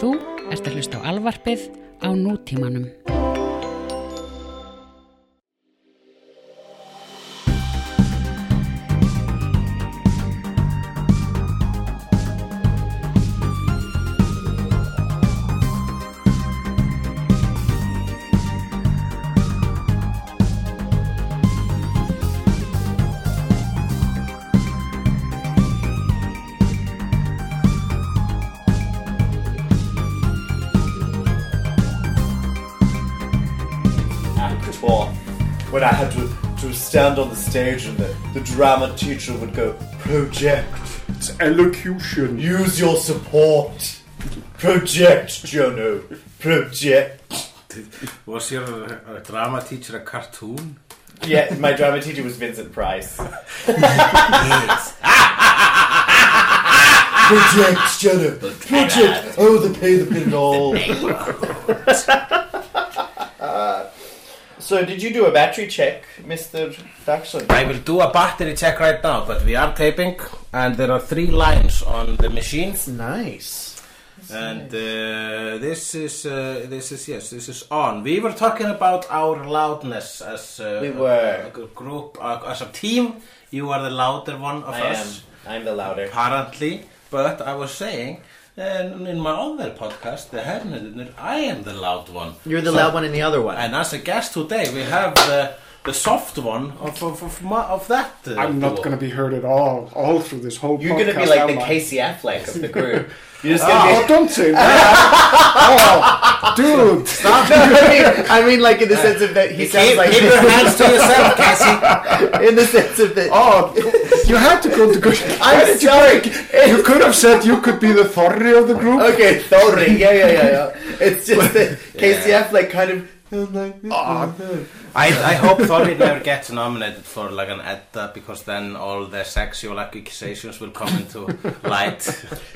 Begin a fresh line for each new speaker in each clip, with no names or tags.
Þú ert að hlusta á alvarpið á nútímanum.
and before, when I had to, to stand on the stage and the, the drama teacher would go, project,
elocution.
use your support, project, Jono, project.
Was your uh, drama teacher a cartoon?
Yeah, my drama teacher was Vincent Price. project, Jono, project, oh, the pay the pinball. So, did you do a battery check, Mr. Daxon?
I will do a battery check right now, but we are taping, and there are three lines on the machines.
Nice.
And uh, this is uh, this is yes, this is on. We were talking about our loudness as uh,
We were.
a, a group, uh, as a team. You are the louder one of
I am.
us,
I'm the louder.
apparently. But I was saying. And in my other podcast, the Hermit, I am the loud one.
You're the
So-
loud one and the other one.
And as a guest today, we have the, the soft one of, of, of, ma- of that. Uh,
I'm not going to be heard at all, all through this whole
You're
podcast.
gonna be like
am
the
I?
Casey Affleck of the group. You're
Ah,
just gonna
Oh, don't say that. oh, dude.
I mean, like in
Uh,
the sense of that he sounds
Keep,
like
keep your hands to yourself, Cassie.
in the sense of that.
Oh, you had to go to good.
I'm sorry.
You could have said you could be the Thorri of the group.
Okay,
Oh, sorry. Yeah, yeah, yeah, yeah. It's just that Casey Affleck kind of.
I, I hope Thorvald never gets nominated for like an Edda because then all their sexual accusations will come into light.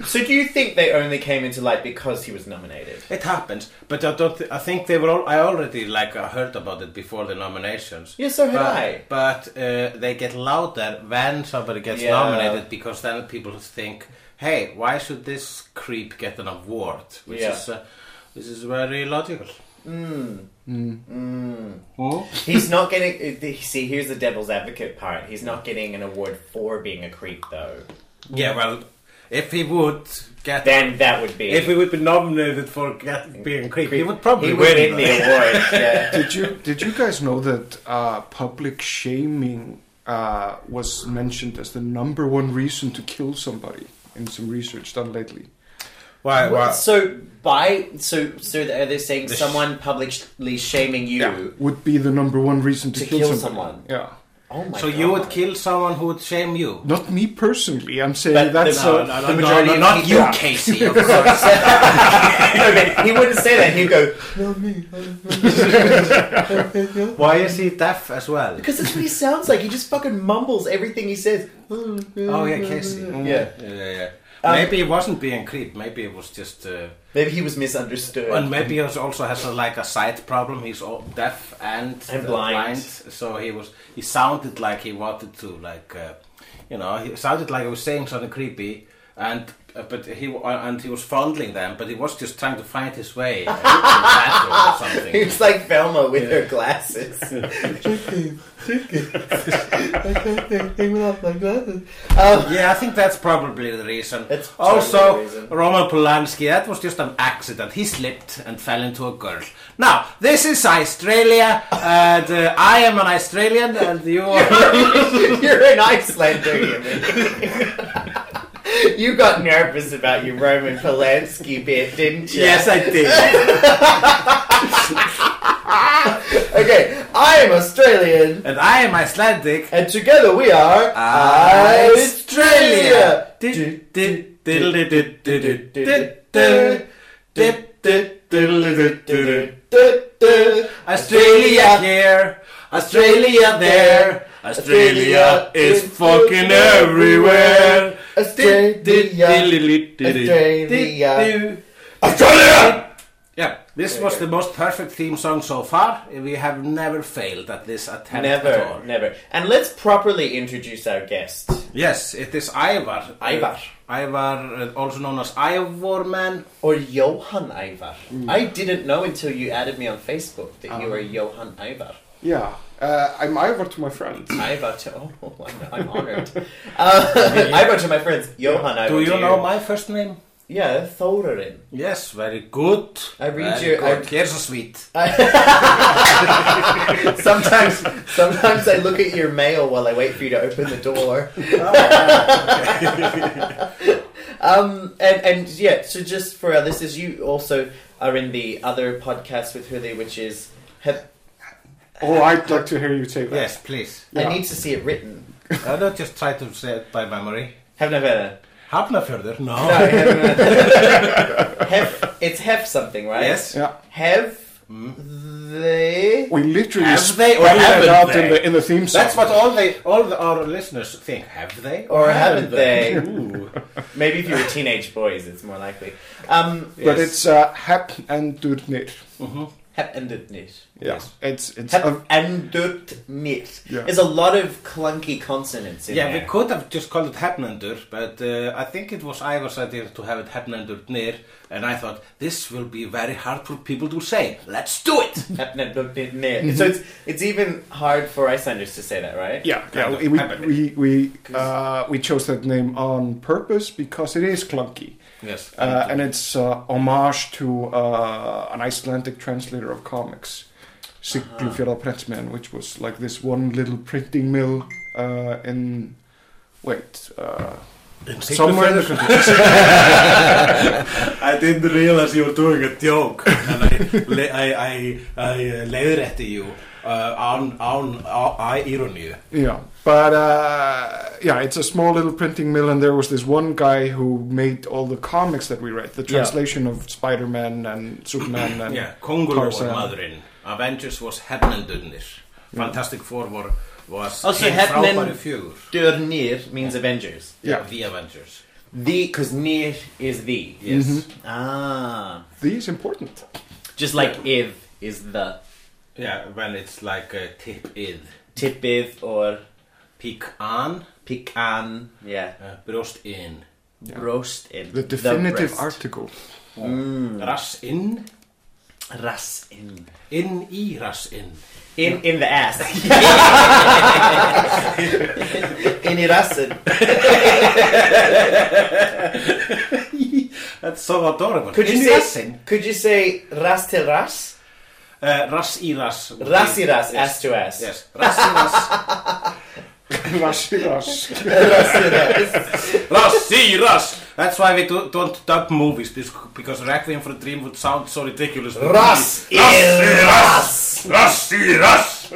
So do you think they only came into light because he was nominated?
It happens, but I don't. Th- I think they were. All, I already like uh, heard about it before the nominations.
Yeah, so had
but,
I.
But uh, they get louder when somebody gets
Yeah.
nominated because then people think, "Hey, why should this creep get an award?" Which
Yeah.
is uh, this is very logical.
He's not getting. uh, See, here's the devil's advocate part. He's not getting an award for being a creep, though.
Yeah, well, if he would get,
Then that would be.
if he would be nominated for get, being creep, he would probably
he would
win.
win the award. Yeah.
Did you did you guys know that uh, public shaming uh, was mentioned as the number one reason to kill somebody in some research done lately?
Why? why?
So by so so are they saying
The sh-
someone publicly shaming you?
Would be the number one reason to,
To kill someone.
Yeah,
Oh my
So
god!
you would kill someone who would shame you?
not me personally. I'm saying
But
that's
the-
a-
no, the majority of
not
people-
you, Casey. Of course.
no, but he wouldn't say that. He'd go
Why is he deaf as well?
because that's what he sounds like. He just fucking mumbles everything he says.
Oh yeah, Casey. Yeah,
Yeah.
yeah, yeah. maybe it wasn't being creep. Maybe it was just, uh,
Maybe he was misunderstood.
and maybe he was- also has a, like a sight problem. He's all deaf and,
And
uh,
blind.
So he was. He sounded like he wanted to, like, uh, you know, he sounded like he was saying something creepy, and uh, but he uh, and he was fondling them, but he was just trying to find his way. in the bathroom or something.
He was like Velma with her glasses.
Yeah, I think that's probably the reason.
That's probably
also,
the reason.
Roman Polanski, that was just an accident. He slipped and fell into a girl. Now, this is Australia, and uh, I am an Australian, and you are.
You're an Icelander, you mean. You got nervous about your Roman Polanski bit, didn't you?
yes, I did.
Okay, I am Australian,
And I am Icelandic.
and together we are Australia.
Di- di- diddly- di- di- di- di- di- di- di- diddly- di- di- di- Australia here, Australia there, Australia is fucking everywhere.
Australia. Australia.
Australia. Yeah, this was the most perfect theme song so far. We have never failed at this attempt at all.
Never, never. And let's properly introduce our guest.
Yes, it is Ivar.
Ivar.
Uh, Ivar, uh, also known as Ivor Man.
Or Johan Ivar.
Hmm.
I didn't know until you added me on Facebook that
Oh.
you were Johan Ivar.
Yeah. Uh, I'm Ivor to my friends.
Ivar to. Oh, I'm- I'm honored. Uh, Ivar to my friends. Johan Ivar.
Do you
to
know my first name?
Yeah, Thorin.
Yes, very good.
I read
very
your- I-
Good. Here's a sweet.
Sometimes, sometimes I look at your mail while I wait for you to open the door. um, and and yeah, so just for our listeners, you also are in the other podcast with Hulu, which is. Have,
Oh, I'd like to hear you say that.
Yes, please.
Yeah.
I need to see it written.
I don't just try to say it by memory.
Have never.
Hafnarfjörður? No.
No, have, have, it's have something, right?
Yes.
Yeah.
Have they?
We literally
Have they or
spelled
haven't
it out
they?
in the in the theme song.
That's what all they, all the, our listeners think. Have they
Or haven't they?
Ooh.
Maybe if you were teenage boys, it's more likely. Um,
But
Yes.
it's uh, Hep and Dudnir.
have ended it.
Yeah. It's it's
Have
a,
ended it.
Yeah.
There's a lot of clunky consonants in
Yeah,
there.
we could have just called it Hepnandur, but uh, I think it was Ivar's idea to have it Hepnandur near, and I thought this will be very hard for people to say. Let's do it.
Have ended it. So it's it's even hard for Icelanders to say that, right?
Mm-hmm. yeah,
kind
yeah.
of
We
happening.
we we, uh, we chose that name on purpose because it is clunky,
yes,
uh, and it's uh, homage to uh, an Icelandic translator of comics,
Uh-huh.
Siglufjörður Prentsman, which was like this one little printing mill uh, in wait uh, somewhere in the country.
I didn't realize you were doing a joke, and I le- I I, I uh, leiðrétti you uh, on on I irony.
Yeah, but uh, yeah, it's a small little printing mill, and there was this one guy who made all the comics that we read, the translation of Spider-Man and Superman and
Yeah, Kongulur var
Tarzan.
maðurinn Avengers was Hernandurnir Fantastic Four var, was
Also,
hin
Hefnan-
frábæri fjögur
Durnir means Avengers.
Yeah.
The Avengers
The, because near is the.
Yes
Ah.
The is important.
Just like if is the.
Yeah, when it's like a tip id
Tip if or
Peak an,
pick an. Yeah.
uh, brjóst in
Roast in.
The definitive
breast.
article.
Hmm.
Rass in,
Ras in.
inn í rass in
In, in the ass. in Irasin.
That's so adorable
Could you
Inn í
say
rassinn.
could you say ras til ras?
Uh, rass í rass
Ras i ras,
Yes.
ass to ass.
Yes, rass í
Rashi
rass
Rash.
Ras i ras.
Rass í rass That's why we do, don't dub movies this- Because Requiem for a Dream would sound so ridiculous
Ras i ras.
Rass í rass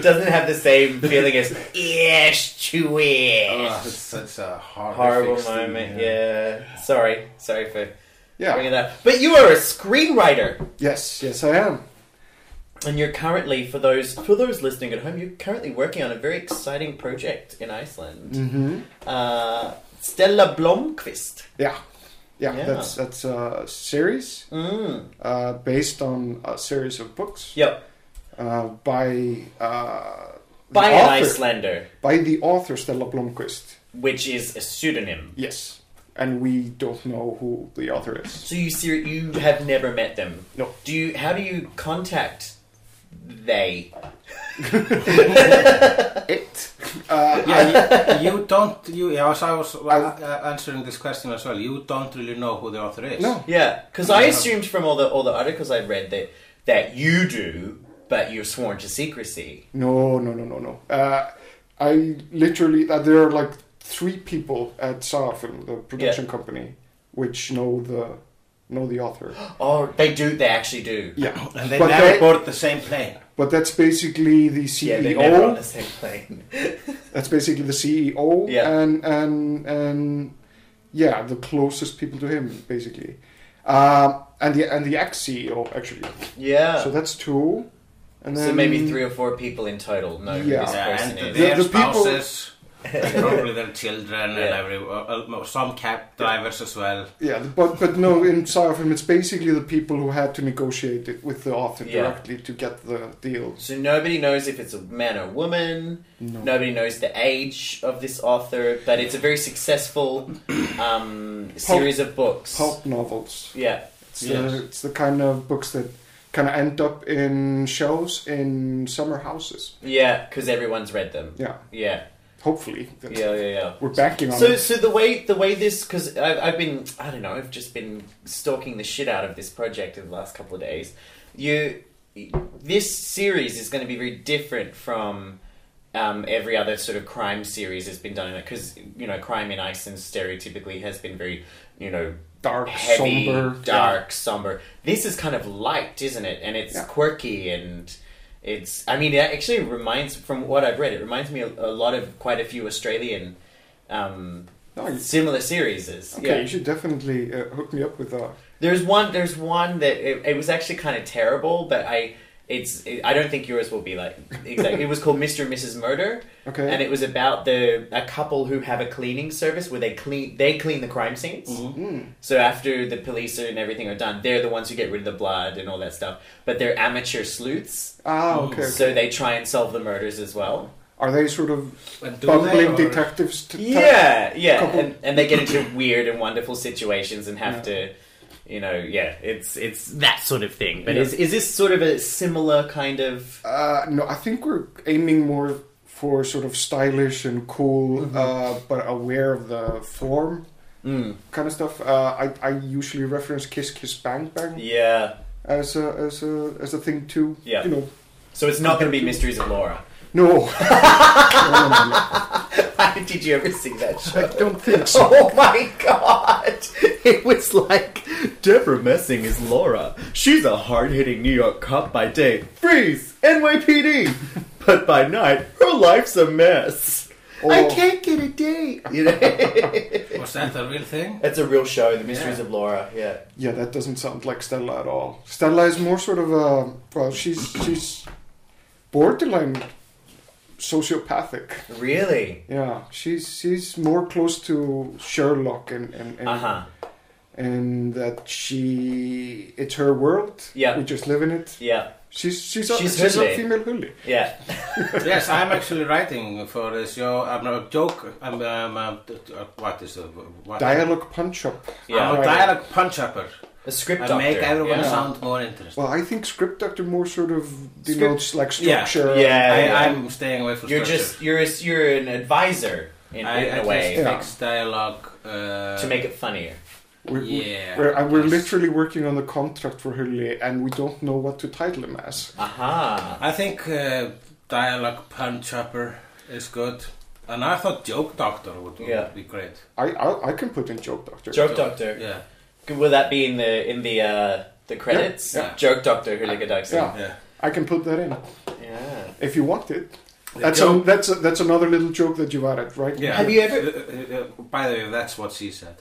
Doesn't have the same feeling as ish to
Oh,
ish.
it's, it's a horrific
Horrible
scene,
moment, yeah. Sorry, sorry for bringing
Yeah.
that up. But you are a screenwriter,
Yes, yes, I am.
and you're currently, for those for those listening at home, you're currently working on a very exciting project in Iceland.
hmm
Uh, Stella Blomqvist.
Yeah. yeah.
Yeah.
That's that's a series
Mm.
uh, based on a series of books
Yep.
uh, by uh, the
By an
author-
Icelander,
by the author Stella Blomqvist.
which is a pseudonym.
Yes. And we don't know who the author is.
So you ser- you have never met them.
No.
Do you? How do you contact they?
It. Uh,
Yeah, you, you don't. You, yeah, as I was uh, uh, answering this question as well, you don't really know who the author is.
No.
Yeah, because I assumed from all the all the articles I've read that that you do, but you're sworn to secrecy.
No, no, no, no, no. Uh, I literally, uh, there are like three people at Safin, the production company, which know the know the author.
Oh, they do. They actually do.
Yeah,
and they
but,
never
that-
board the same plane.
but that's basically the
Yeah, they're
CEO.
never on the same plane.
that's basically the CEO,
Yeah.
and and and yeah, the closest people to him basically, um, and the and the ex CEO actually.
Yeah.
So
So,
that's two, and then
maybe three or four people in total know who
Yeah.
this
Yeah,
person
and
is.
they-
their
The- the people-
spouses. Probably their children and
Yeah.
every uh, uh, some cab drivers as well.
Yeah, but but no, in Seraphim, it's basically the people who had to negotiate it with the author
Yeah.
directly to get the deal.
So nobody knows if it's a man or woman.
No.
Nobody knows the age of this author, but it's a very successful um, series of books.
Pulp novels.
Yeah,
It's,
Yes.
the, it's the kind of books that kind of end up in shelves in summer houses.
yeah, because everyone's read them.
Yeah,
Yeah,
hopefully. That's-
yeah, yeah, yeah.
We're banking on
So,
it.
so the way the way this because I've, I've been I don't know I've just been stalking the shit out of this project in the last couple of days. You, this series is going to be very different from um, every other sort of crime series that's been done in it because you know crime in Iceland stereotypically has been very you know
Dark,
heavy,
somber.
dark, somber. This is kind of light, isn't it? And it's
Yeah.
quirky and it's. I mean, it actually reminds from what I've read. It reminds me a, a lot of quite a few Australian um,
No, you-
similar series. is.
Okay, you should definitely uh, hook me up with that.
There's one. There's one that it, it was actually kind of terrible, but I. It's. It, I don't think yours will be like exactly. it was called Mr. and Mrs. Murder,
Okay.
and it was about the a couple who have a cleaning service where they clean they clean the crime scenes. So after the police and everything are done, they're the ones who get rid of the blood and all that stuff. But they're amateur sleuths,
Ah, okay. okay.
so they try and solve the murders as well.
Are they sort of
And do
bumbling
they, or-
detectives? To
Yeah, yeah,
couple-
and, and they get into weird and wonderful situations and have to, you know, yeah, it's it's that sort of thing. But is is this sort of a similar kind of?
Uh, no, I think we're aiming more for sort of stylish and cool,
Mm-hmm.
uh, but aware of the form
Mm.
kind of stuff. Uh, I, I usually reference Kiss Kiss Bang Bang
Yeah,
as a as a as a thing too.
Yeah.
You know,
so it's not going to be Mysteries of Laura.
no. No, no, no, no.
Did you ever see that show?
I don't think so.
Oh my god! It was like Deborah Messing is Laura. She's a hard-hitting New York cop by day, freeze NYPD, but by night her life's a mess. I
Or-
can't get a date. You know,
Was that a real thing?
That's a real show, The Mysteries of Laura. Yeah,
Yeah, that doesn't sound like Stella at all. Stella is more sort of a well, she's she's borderline sociopathic.
really.
Yeah, she's she's more close to Sherlock and and and,
Uh huh.
and that she it's her world.
Yeah.
we just live in it.
Yeah,
She's she's a,
She's
she's,
Hulli.
a female Hulli.
yeah.
yes, I'm actually writing for the show. I'm a joke. I'm um, uh, d- d- uh, what is the what?
Dialogue punch up.
Yeah.
I'm a dialogue punch upper.
A script
I
doctor.
make everyone
yeah.
sound more interesting.
Well, I think script actor more sort of denotes like
Yeah.
structure.
Yeah.
I,
yeah.
I'm staying away from
You're
structure.
just you're a, you're an advisor in,
I,
in
I
a way
just
Yeah.
fix dialogue uh,
to make it funnier.
We're,
Yeah,
we're,
I
and we're
guess.
literally working on the contract for Hulli, and we don't know what to title him as.
Uh-huh.
Aha.
I think uh, dialogue punch upper is good, and I thought joke doctor would, would
Yeah.
be great.
I, I I can put in joke doctor.
Joke doctor.
Yeah,
Will that be in the in the uh, the credits?
yeah. Uh,
Joke Doctor Hooligadux.
Yeah.
yeah.
I can put that in
yeah.
if you want it.
The
That's a,
joke-
that's a, that's another little joke that you've added, right?
yeah.
Have you ever-
Uh, uh, uh, by the way, that's what she said.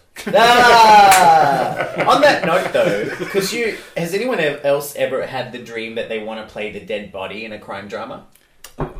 Ah! On that note, though, because you has anyone ev- else ever had the dream that they want to play the dead body in a crime drama?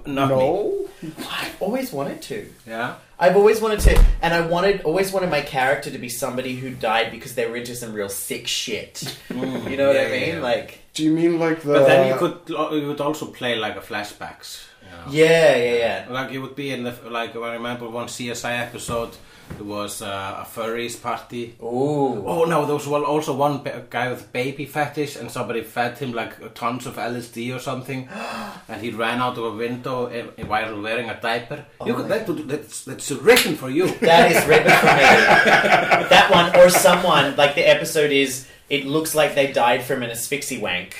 Not me.
No.
I've always wanted to.
Yeah.
I've always wanted to, and I wanted always wanted my character to be somebody who died because they were into some real sick shit. you know what
yeah,
I mean?
yeah, yeah.
Like,
Do you mean like the?
But then you could you would also play like a flashbacks. You know?
yeah, yeah, yeah.
Like it would be in the like I remember one CSI episode. It was uh, a furries party.
Ooh.
Oh no, there was one, also one ba- guy with baby fetish, and somebody fed him like tons of LSD or something, and he ran out of a window in, in- while wearing a diaper. you could, that would, that's, that's written for you.
That is written for me. that one or someone like the episode is. It looks like they died from an asphyxie wank.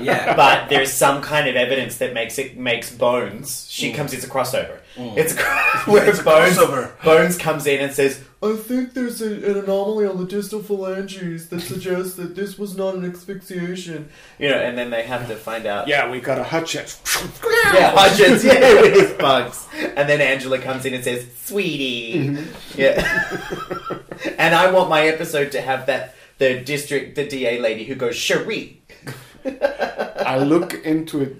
yeah,
but there's some kind of evidence that makes it makes bones. She comes. It's a crossover. It's a, cro- where
Mm. It's a
bones
crossover.
bones comes in and says,
I think there's a, an anomaly on the distal phalanges that suggests that this was not an asphyxiation.
you know, and then they have to find out.
Yeah, we got a Hutchins.
yeah, Hutchins, yeah, with his bugs. And then Angela comes in and says, "Sweetie,
Mm-hmm.
yeah." and I want my episode to have that the district, the DA lady who goes, "Cherie."
I look into it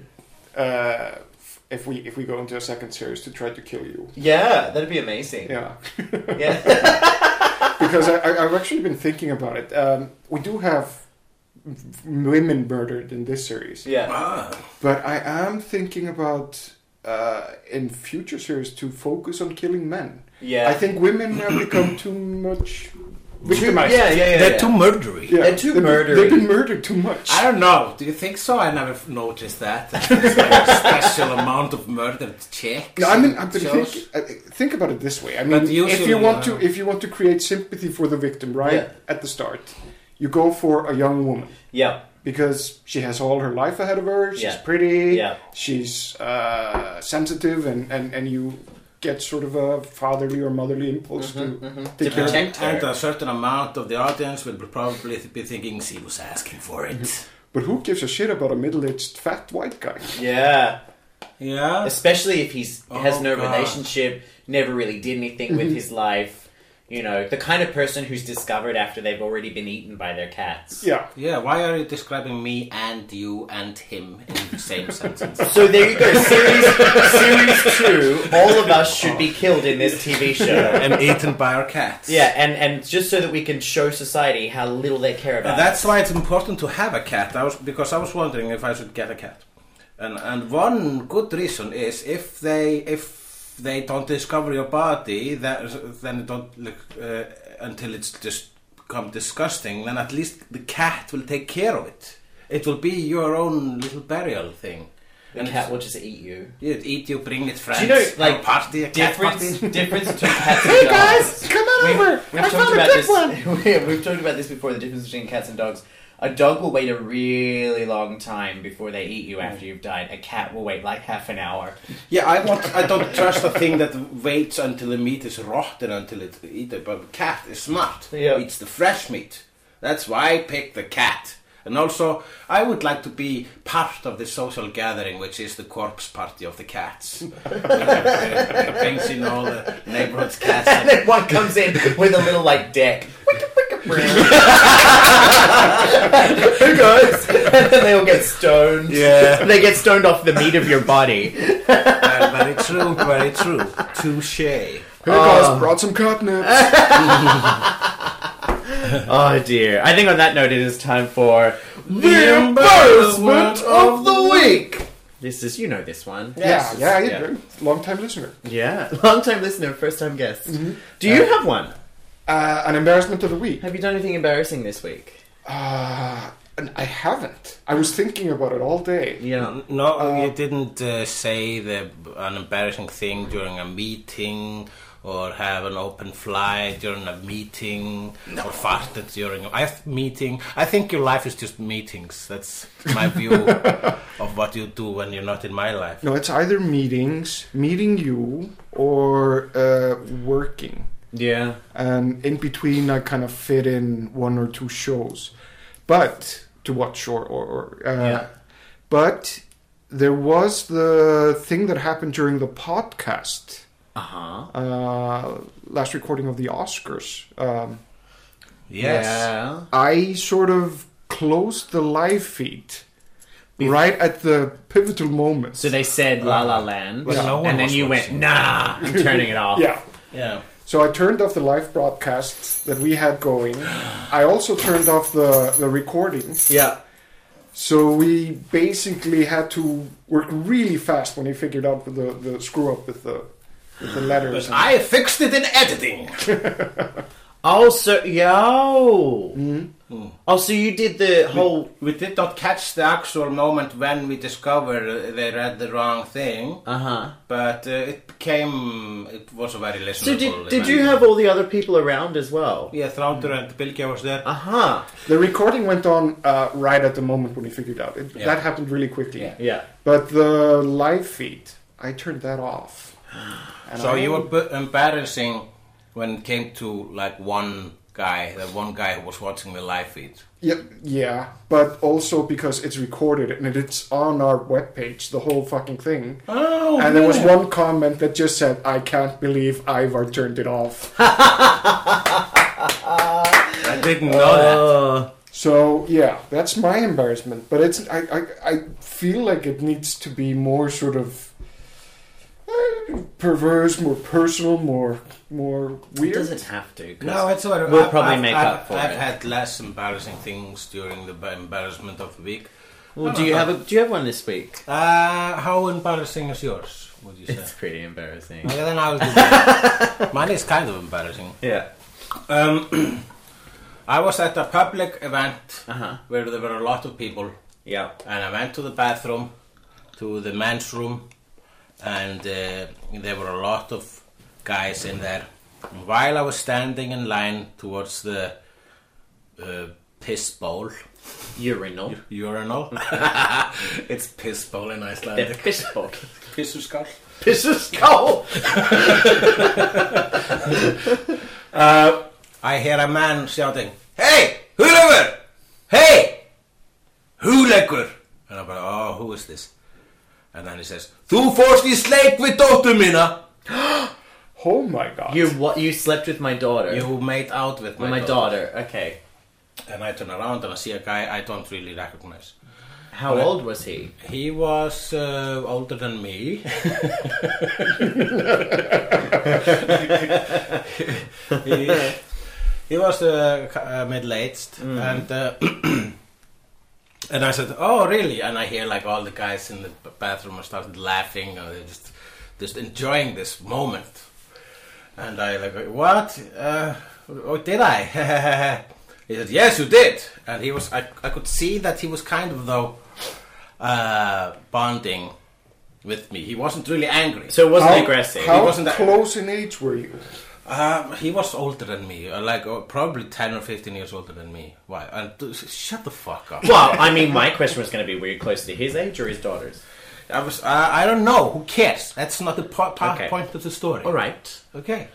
uh, f- if we if we go into a second series to try to kill you.
Yeah, that'd be amazing.
Yeah,
Yeah.
because I, I, I've actually been thinking about it. Um, we do have v- women murdered in this series,
yeah.
Ah,
but I am thinking about uh, in future series to focus on killing men.
Yeah.
I think women have become too much victimized.
Yeah, yeah, yeah.
they're
yeah.
too murdery.
Yeah.
They're too
They've been-
murdery.
They've been murdered too much.
I don't know. Do you think so? I never f- noticed that. There's like a special amount of murdered chicks.
No, I mean,
and
I but
shows.
think, uh, think about it this way. I
But
mean, if
usually,
you want
uh,
to, if you want to create sympathy for the victim, right
Yeah.
at the start, you go for a young woman
yeah.
because she has all her life ahead of her. She's
Yeah.
pretty.
Yeah.
She's uh, sensitive, and, and and you get sort of a fatherly or motherly impulse to
To
take care. of her.
protect-
and a certain amount of the audience will probably be thinking she was asking for it.
But who gives a shit about a middle-aged fat white guy?
Yeah.
Yeah.
Especially if he's has
Oh,
no
God. Mm-hmm.
relationship, never really did anything with his life. You know, the kind of person who's discovered after they've already been eaten by their cats.
Yeah.
Yeah, why are you describing me and you and him in the same sentence?
So there you go. Series series two. All of us should
Oh.
be killed in this TV show.
and eaten by our cats.
Yeah, and, and just so that we can show society how little they care about.
And that's why it's important to have a cat. I was because I was wondering if I should get a cat, and and one good reason is if they if they don't discover your body, that then it don't look uh, until it's just become disgusting. Then at least the cat will take care of it. It will be your own little burial thing.
the cat will just eat you.
You'd eat you, bring it friends.
Do you know,
have a
like,
party, a cat
Difference,
party.
difference between cats and dogs.
come on
We've- We've talked about this. we- we've talked about this before. The difference between cats and dogs. A dog will wait a really long time before they eat you after you've died. A cat will wait like half an hour.
Yeah, I want. I don't trust a thing that waits until the meat is rotten until it eats it. But cat is smart.
Yeah.
Eats the fresh meat. That's why I picked the cat. And also, I would like to be part of the social gathering, which is the corpse party of the cats. Brings in all the neighborhood's cats.
And then one comes in with a little like deck. hey guys! And then they all get stoned.
Yeah.
They get stoned off the meat of your body.
Very, very true. Very true. Touche.
Here guys, brought some catnip.
Oh dear. I think on that note it is time for
The embarrassment of the
week. This is you know this one.
yeah, yeah, yeah,
Yeah.
Long time listener.
Yeah, long time listener, first time guest.
Mm-hmm.
Do you have one?
Uh, an embarrassment of the week.
Have you done anything embarrassing this week?
Uh, and I haven't. I was thinking about it all day.
Yeah.
No, you didn't uh, say the, an embarrassing thing during a meeting or have an open fly during a meeting or farted during a I th- meeting. I think your life is just meetings. That's my view of what you do when you're not in my life.
No, it's either meetings, meeting you, or uh, working.
Yeah.
And in between, I kind of fit in one or two shows, but to watch or or. or uh,
Yeah.
But there was the thing that happened during the podcast,
Uh huh.
Oh,
uh, last recording of the Oscars. Um,
Yes.
Yeah.
I sort of closed the live feed right at the pivotal moment.
So they said La La Land,
Well, no one
and then
was
you
watching.
went, Nah, I'm turning it off.
yeah.
Yeah.
So I turned off the live broadcast that we had going. I also turned off the, the recording.
Yeah.
So we basically had to work really fast when he figured out the, the screw up with the with the letters.
But
and-
I fixed it in editing.
Also, Oh, yo.
Mm-hmm.
Oh, so you did the whole.
We did not catch the actual moment when we discovered uh, they read the wrong thing,
Uh huh.
but uh, it became, it was a very listenable
So did, did
event.
you have all the other people around as well?
Yeah, Throuter and Pilke was there.
Uh huh.
the recording went on uh, right at the moment when he figured out. It,
Yeah.
That happened really quickly.
Yeah.
Yeah.
But the live feed, I turned that off. And
So
I-
you were b- embarrassing when it came to like one guy, that one guy who was watching the live feed.
Yeah, yeah, but also because it's recorded and it's on our webpage, the whole fucking thing.
Oh,
and there was one comment that just said, "I can't believe Ivar turned it off."
I didn't know
Oh,
that.
so yeah, that's my embarrassment. But it's I, I I feel like it needs to be more sort of eh, perverse, more personal, more more
It
weird.
doesn't have to. 'cause-
No, it's all right.
We'll
I've-
probably
I've-
make
I've,
up for
I've
it.
had less embarrassing things during the ba- embarrassment of the week.
Well, do you have a do you have one this week?
Uh, how embarrassing is yours? Would you say?
It's pretty embarrassing.
Okay, then I'll do that. Mine is kind of embarrassing.
Yeah.
Um, Uh-huh. I was at a public event
Uh huh.
where there were a lot of people,
Yeah.
and I went to the bathroom, to the men's room, and uh, there were a lot of guys in there. And while I was standing in line towards the uh, piss bowl
Urinal.
urinal, it's piss bowl in
The
Icelandic.
fishbowl.
Pissuskall.
Pissus cow.
I hear a man shouting, Hey, Hulagur! Hey, Hulagur! And I'm like, oh, who is this? And then he says, Þú fórst í sleik við dóttur mína.
Oh my god!
You what? You slept with my daughter.
You made out with
with
my,
my daughter. Okay.
And I turn around and I see a guy I don't really recognize.
How
Well,
old was he?
He was uh, older than me. he, he was uh, k- uh, middle-aged, and uh, and I said, "Oh, really?" And I hear like all the guys in the b- bathroom started laughing, or they're just just enjoying this moment. And I like, "What? Uh, oh, did I?" he said, "Yes, you did." And he was, I, I could see that he was kind of though uh, bonding with me. He wasn't really angry.
So it wasn't
how,
aggressive.
How
He wasn't that-
close in age were you?
Um, he was older than me, uh, like uh, probably ten or fifteen years older than me. Why? And d- shut the fuck up.
well, I mean, my question was going to be: Were you closer to his age or his daughter's?
I was. Uh, I don't know. Who cares? That's not the po- po-
Okay.
point of the story.
All right.
Okay.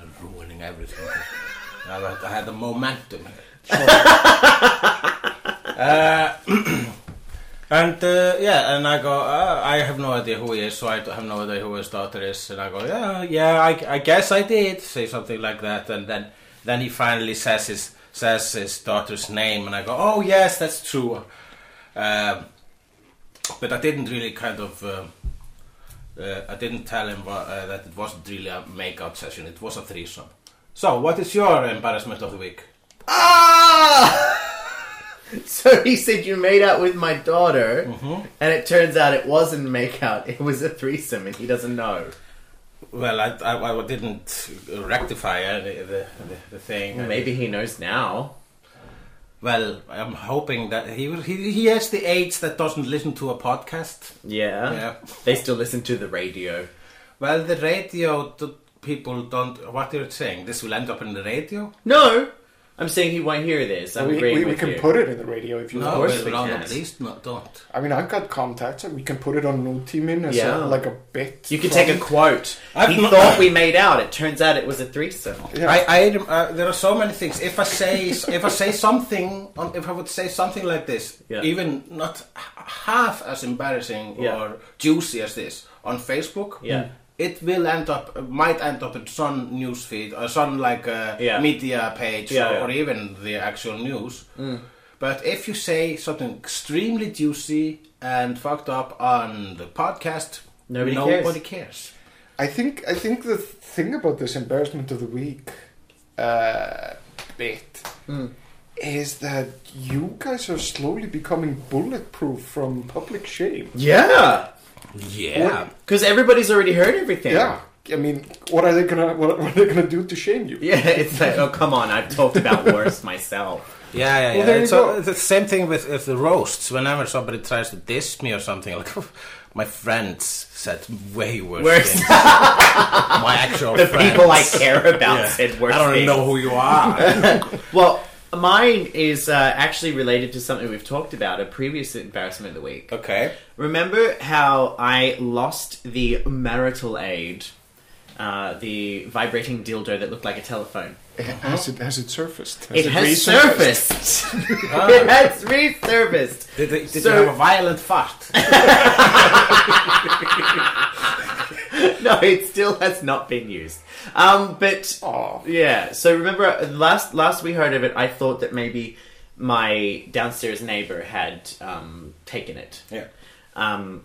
I'm ruining everything. I, had, I had the momentum. here. uh, and uh, yeah, and I go, uh, I have no idea who he is, so I have no idea who his daughter is. And I go, yeah, yeah, I, I guess I did say something like that. And then, then he finally says his says his daughter's name, and I go, oh yes, that's true. Um, but I didn't really kind of. um uh, I didn't tell him wha- uh, that it wasn't really a makeout session. It was a threesome. So, what is your embarrassment of the week?
Ah! so he said you made out with my daughter,
Mm-hmm.
and it turns out it wasn't make out; it was a threesome, and he doesn't know.
Well, I, I, I didn't rectify uh, the, the, the thing.
Maybe he knows now.
Well, I'm hoping that he will- he he has the age that doesn't listen to a podcast.
Yeah.
Yeah.
They still listen to the radio.
Well, the radio d- people don't. What you're saying? This will end up in the radio?
No, I'm saying he won't hear this. I'm
We,
agreeing
we, we
with
can
you.
put it in the radio if you
No,
want.
course we
well, no,
can.
at least no, don't.
I mean, I've got contacts, and we can put it on Ultimin as
Yeah.
a, like a bit.
you can
from-
take a quote.
I've
he
not-
thought we made out. It turns out it was a threesome.
Yeah.
I, I uh, there are so many things. If I say if I say something, on, if I would say something like this,
Yeah.
even not h- half as embarrassing
Yeah.
or juicy as this on Facebook,
Yeah.
it will end up might end up in some news feed or some like uh,
Yeah.
media page
Yeah,
or,
yeah. Mm.
or even the actual news. But if you say something extremely juicy and fucked up on the podcast,
Nobody cares.
nobody cares.
I think I think the thing about this embarrassment of the week uh, bit is that you guys are slowly becoming bulletproof from public shame.
Yeah,
Yeah,
because everybody's already heard everything.
Yeah, I mean, what are they gonna what, what are they gonna do to shame you?
Yeah, it's like, oh come on, I've talked about worse myself.
Yeah, yeah, yeah.
there you
it's, all-
go.
it's the same thing with, with the roasts. Whenever somebody tries to diss me or something, like my friends said way worse.
Worse.
Things. my actual
The
friends.
people I care about
Yeah.
said worse
I don't
things.
know who you are.
Well, mine is uh, actually related to something we've talked about, a previous embarrassment of the week.
okay.
Remember how I lost the marital aid, uh, the vibrating dildo that looked like a telephone?
Has it has it surfaced? Has
It has
resurfaced? Ah.
surfaced! it has resurfaced!
Did, they, did
So-
you have a violent fart?
No, it still has not been used. Um, but
Aw.
Yeah. So remember uh, last last we heard of it, I thought that maybe my downstairs neighbor had um, taken it.
Yeah.
Um,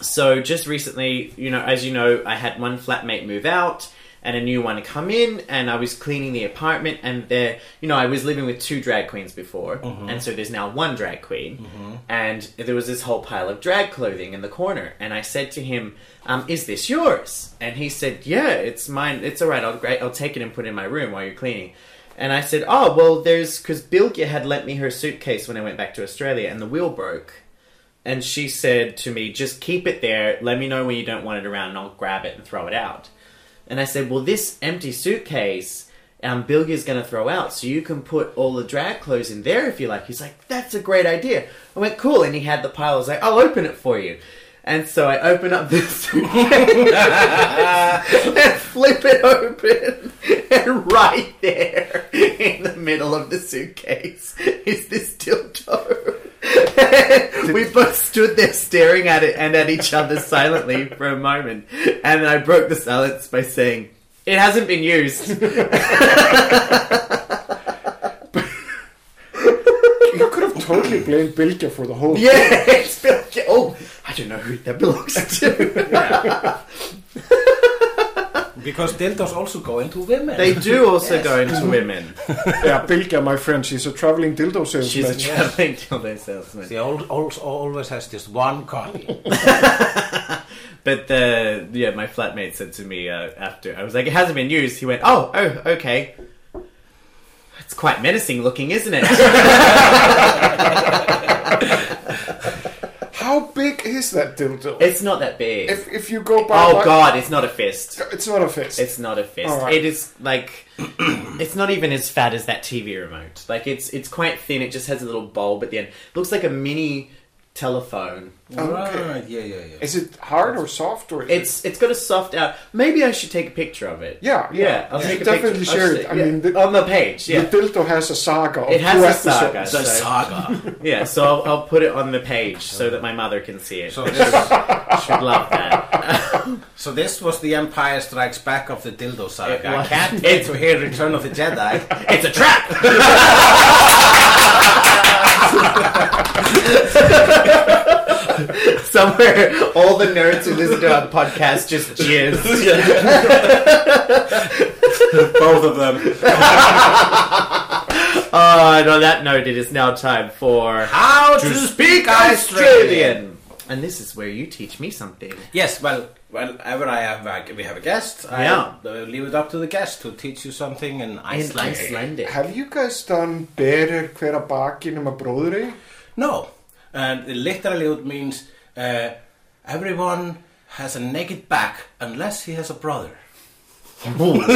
So just recently, you know, as you know, I had one flatmate move out and a new one come in, and I was cleaning the apartment, and there, you know, I was living with two drag queens before, and so there's now one drag queen, and there was this whole pile of drag clothing in the corner, and I said to him, um, "Is this yours?" And he said, "Yeah, it's mine. It's all right. I'll gra- I'll take it and put it in my room while you're cleaning." And I said, "Oh well, there's because Bilge had lent me her suitcase when I went back to Australia, and the wheel broke." And she said to me, just keep it there. Let me know when you don't want it around and I'll grab it and throw it out. And I said, well, this empty suitcase, um, Bilge's going to throw out. So you can put all the drag clothes in there if you like. He's like, that's a great idea. I went, cool. And he had the pile. I was like, I'll open it for you. And so I open up this suitcase and flip it open. And right there in the middle of the suitcase is this dildo. we both stood there staring at it and at each other silently for a moment. And then I broke the silence by saying, It hasn't been used.
You could have totally blamed Bilge for the whole
yeah, it's been Oh, I don't know who that belongs to.
Because dildos also go into women.
they do also go into women.
Yeah, Bilge, my friend, she's a traveling dildo
She's
salesman.
a traveling dildo salesman.
She al- al- always has just one copy.
But the yeah, my flatmate said to me uh, after I was like, "It hasn't been used." He went, "Oh, oh, okay." It's quite menacing looking, isn't it?
How big is that dildo?
it's not that big.
if, if you go by.
oh
like-
god, it's not a fist.
It's not a fist.
It's not a fist.
Alright.
It is like it's not even as fat as that TV remote. Like it's it's quite thin. It just has a little bulb at the end. looks like a mini telephone.
Right, yeah, yeah, yeah.
Is it hard or soft or? Is it-
It's it's got a soft out. Maybe I should take a picture of it.
yeah, yeah.
Yeah, I'll
You
take
should
a
definitely
picture.
share
I'll
it. I
yeah.
mean, the,
on the page. Yeah,
the dildo has a saga. Of
It has
two
a
episodes.
saga.
The saga.
Yeah, so I'll, I'll put it on the page so that my mother can see it.
So this,
She'd love that.
so this was the Empire Strikes Back of the dildo
It
saga. I
was.
can't wait to hear Return of the Jedi.
It's a trap. Somewhere, all the nerds who listen to our podcast just jizz.
Both of them.
Oh, and on that note, it is now time for
How to, speak Australian.
And this is where you teach me something.
Yes, well, whenever I have uh, we have a guest,
Yeah.
I uh, leave it up to the guest to teach you something in
In
Iceland.
Icelandic.
Have you guys done better hverja baki nema bróðri?
No, and it literally would means uh, everyone has a naked back unless he has a brother.
What?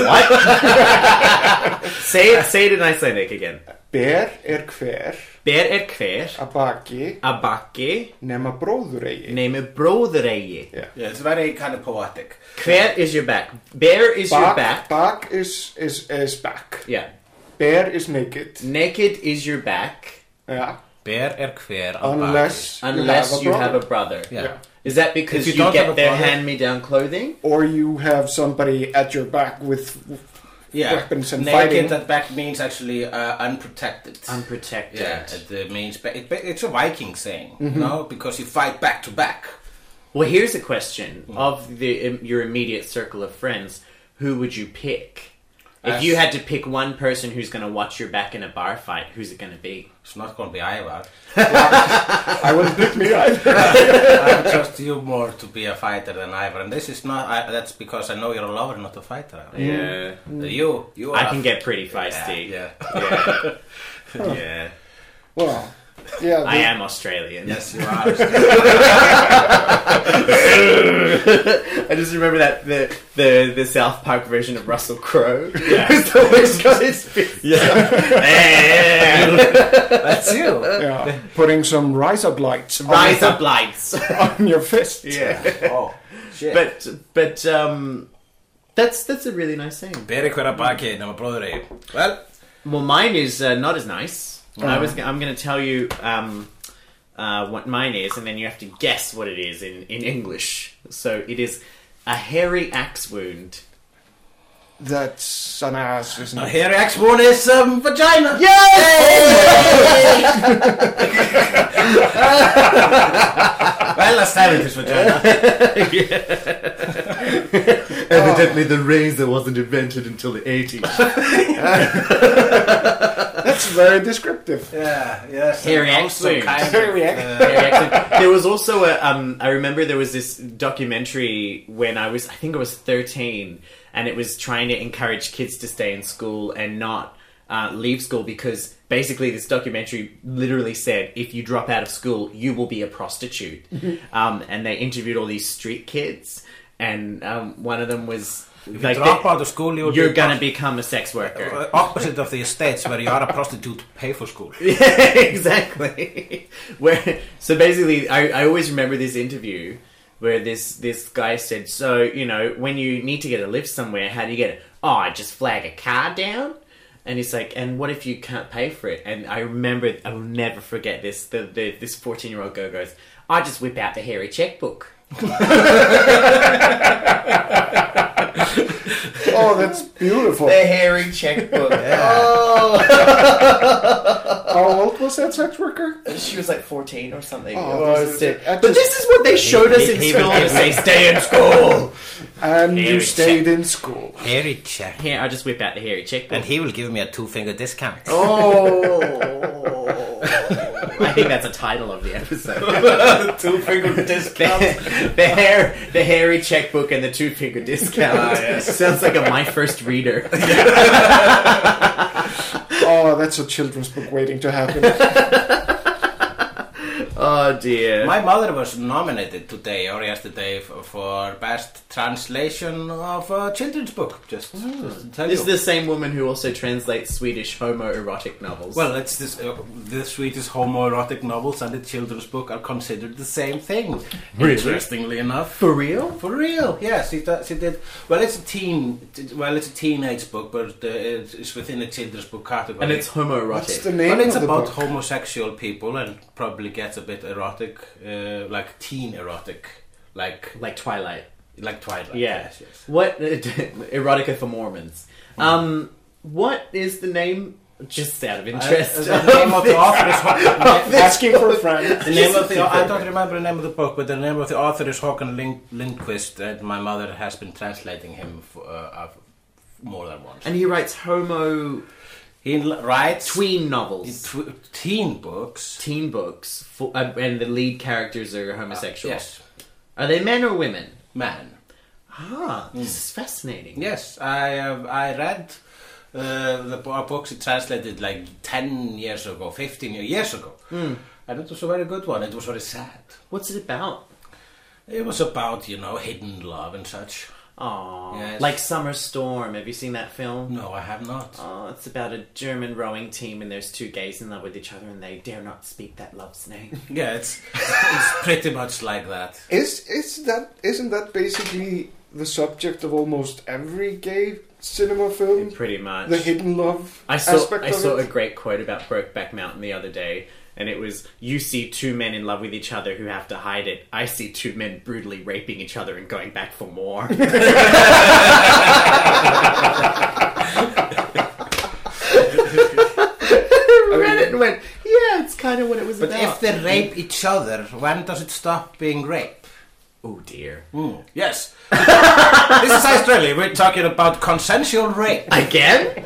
say it. Say it in Icelandic again.
Ber er hver
Ber er hver
að baki
að baki
nema bróðuregi.
nemi bróðuregi.
Yeah, it's very kind of poetic.
Hver is your back? Bare is your back.
Bak is, is, is back.
Yeah.
Ber is naked.
Naked is your back
Yeah.
Ber er hver á baki.
Unless,
unless you have a
brother.
brother.
Yeah.
Yeah.
Is that
If
because
you
you,
don't have a
get their
brother-
hand me down clothing?
Or you have somebody at your back with
yeah.
weapons and
naked
fighting.
at back means actually uh, unprotected.
Unprotected.
yeah, it uh, means ba- it, ba- it's a Viking saying, no, because you fight back to back.
Well, here's a question of the um, your immediate circle of friends. Who would you pick? If
As-
you had to pick one person who's going to watch your back in a bar fight, who's it going to be?
It's not going to be Ivar.
I wouldn't pick me either.
I trust you more to be a fighter than Ivar, and this is not. I, that's because I know you're a lover, not a fighter. Uh,
Yeah.
You, you. Are
I can get pretty feisty.
Yeah.
Yeah.
yeah.
Well, yeah.
I
the-
am Australian.
Yes, you are.
I just remember that the the, the South Park version of Russell Crowe. Yeah, he's always got his fist. Yeah,
That's you.
Yeah, putting some rise up lights on
rise
your-
up lights.
on your fist.
yeah,
Oh, shit.
but but um, that's that's a really nice thing.
Beri hverja baki, nema bróður eigi. Well,
Well, mine is uh, not as nice. I was g- I'm going to tell you um, uh, what mine is, and then you have to guess what it is in in English. So it is a hairy axe wound.
That's an ass, isn't
now
it?
here X one is um, vagina.
Yes!
Well, a stab in his vagina.
Evidently, the razor wasn't invented until the 80s.
That's very descriptive.
Yeah, yes.
Hairy
and
axe
also
wings.
kind of,
Hairy
uh,
there was also a um, I remember there was this documentary when I was I think I was 13 and it was trying to encourage kids to stay in school and not uh, leave school because basically this documentary literally said if you drop out of school you will be a prostitute um, and they interviewed all these street kids and um, one of them was like
drop
they-
out of school, you'll
you're
be
gonna become a sex worker
Uh, opposite of the estates where you are a prostitute, pay for school.
Yeah, exactly. Where so basically, I, I always remember this interview where this this guy said, "So you know, when you need to get a lift somewhere, how do you get it? Oh, I just flag a car down." And he's like, "And what if you can't pay for it?" And I remember, I will never forget this. The, the this fourteen year old girl goes, "I just whip out the hairy checkbook."
Oh, that's beautiful.
hairy checkbook. Oh,
How old was that sex worker?
She was like fourteen or something.
Oh, this is- I
but
just-
this is what they showed us in
he
school.
would-
They stay in school.
And you
Very
stayed in school.
Hairy check.
Here, I just whip out the hairy checkbook.
And he will give me a two finger discount.
Oh. I think that's a title of the episode.
two finger discount.
the, the hair, the hairy checkbook, and the two finger discount.
Ah,
Sounds like a my first reader.
Oh, that's a children's book waiting to happen.
oh dear.
My mother was nominated today or yesterday for, for best translation of a children's book. Just, just to tell
this
you.
is the same woman who also translates Swedish homoerotic novels.
Well, it's this, uh, the Swedish homoerotic novels and the children's book are considered the same thing. Interestingly enough.
for real?
For real, yes, she, do- she did. Well, it's a teen. Well, it's a teenage book, but uh, it's it's within a children's book category.
And it's
What's
homoerotic.
the name
well, it's
of the
about
book?
homosexual people and probably gets a bit erotic, uh, like teen erotic, like
like Twilight.
like Twilight.
Yeah.
Yes, yes. Mm.
What erotica for Mormons? Um, what is the name? Just out of interest.
Uh, the name of the author is Hawk-
Asking for a friend.
the name of the I don't remember the name of the book, but the name of the author is Håkan Lind- Lindquist, and my mother has been translating him for, uh, uh, more than once.
and he writes homo
He l- writes
tween novels.
tw- teen books.
teen books for, uh, and the lead characters are homosexual.
Yes,
Are they men or women?
man.
Ah, this is fascinating.
Yes, I uh, I read uh, the bo- books he translated like ten years ago, fifteen years ago,
Hmm.
and it was a very good one. It was very sad.
What's it about?
It was about you know hidden love and such.
Aww.
Yes.
Like Summer Storm. Have you seen that film?
No, I have not.
Oh, it's about a German rowing team and there's two gays in love with each other and they dare not speak that love's name.
Yeah, it's it's pretty much like that.
Is is that isn't that basically the subject of almost every gay cinema film?
Pretty much.
The hidden love
I saw
aspect
I
of
saw a
it.
great quote about Brokeback Mountain the other day, and it was you see two men in love with each other who have to hide it. I see two men brutally raping each other and going back for more. read it and went, yeah, it's kind of what it was
But
about.
if they rape each other, when does it stop being rape?
oh dear,
Hmm. Yes. this is Australia. We're talking about consensual rape.
again,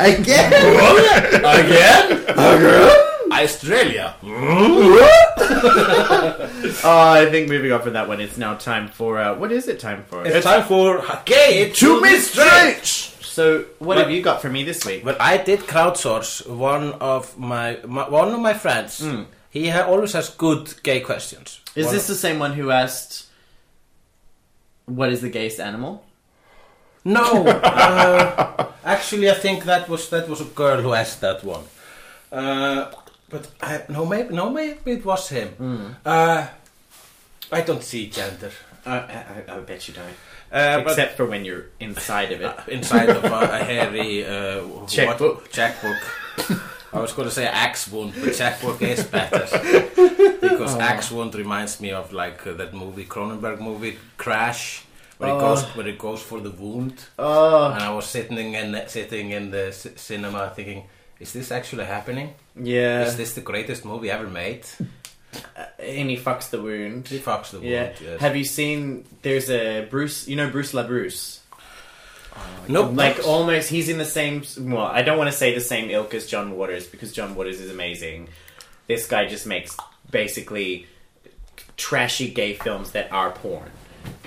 again.
Again? Australia.
Oh, I think moving on from that one, it's now time for uh, what is it time for?
It's time for gay to mysteries.
So, what
Well-
have you got for me this week?
Well, I did crowdsource one of my, my one of my friends. He ha- always has good gay questions.
Is
One
this the same one who asked, "What is the gayest animal?"
No, uh, actually, I think that was that was a girl who asked that one. Uh, but I, no, maybe no, maybe it was him. Uh, I don't see gender
Uh, I, I, I bet you don't.
uh, but-
Except for when you're inside of it.
inside of a, a hairy uh, what-
Checkbook.
checkbook. I was going to say axe wound, but checkbook is better because
Oh.
axe wound reminds me of like uh, that movie Cronenberg movie Crash. Where it, goes,
Oh.
where it goes for the wound,
Oh,
and I was sitting in sitting in the c- cinema thinking, is this actually happening?
Yeah.
Is this the greatest movie ever made?
and he fucks the wound.
He fucks the world.
yeah.
yes.
Have you seen? There's a Bruce. You know Bruce LaBruce.
nope.
Like almost, he's in the same. Well, I don't want to say the same ilk as John Waters because John Waters is amazing. This guy just makes basically trashy gay films that are porn,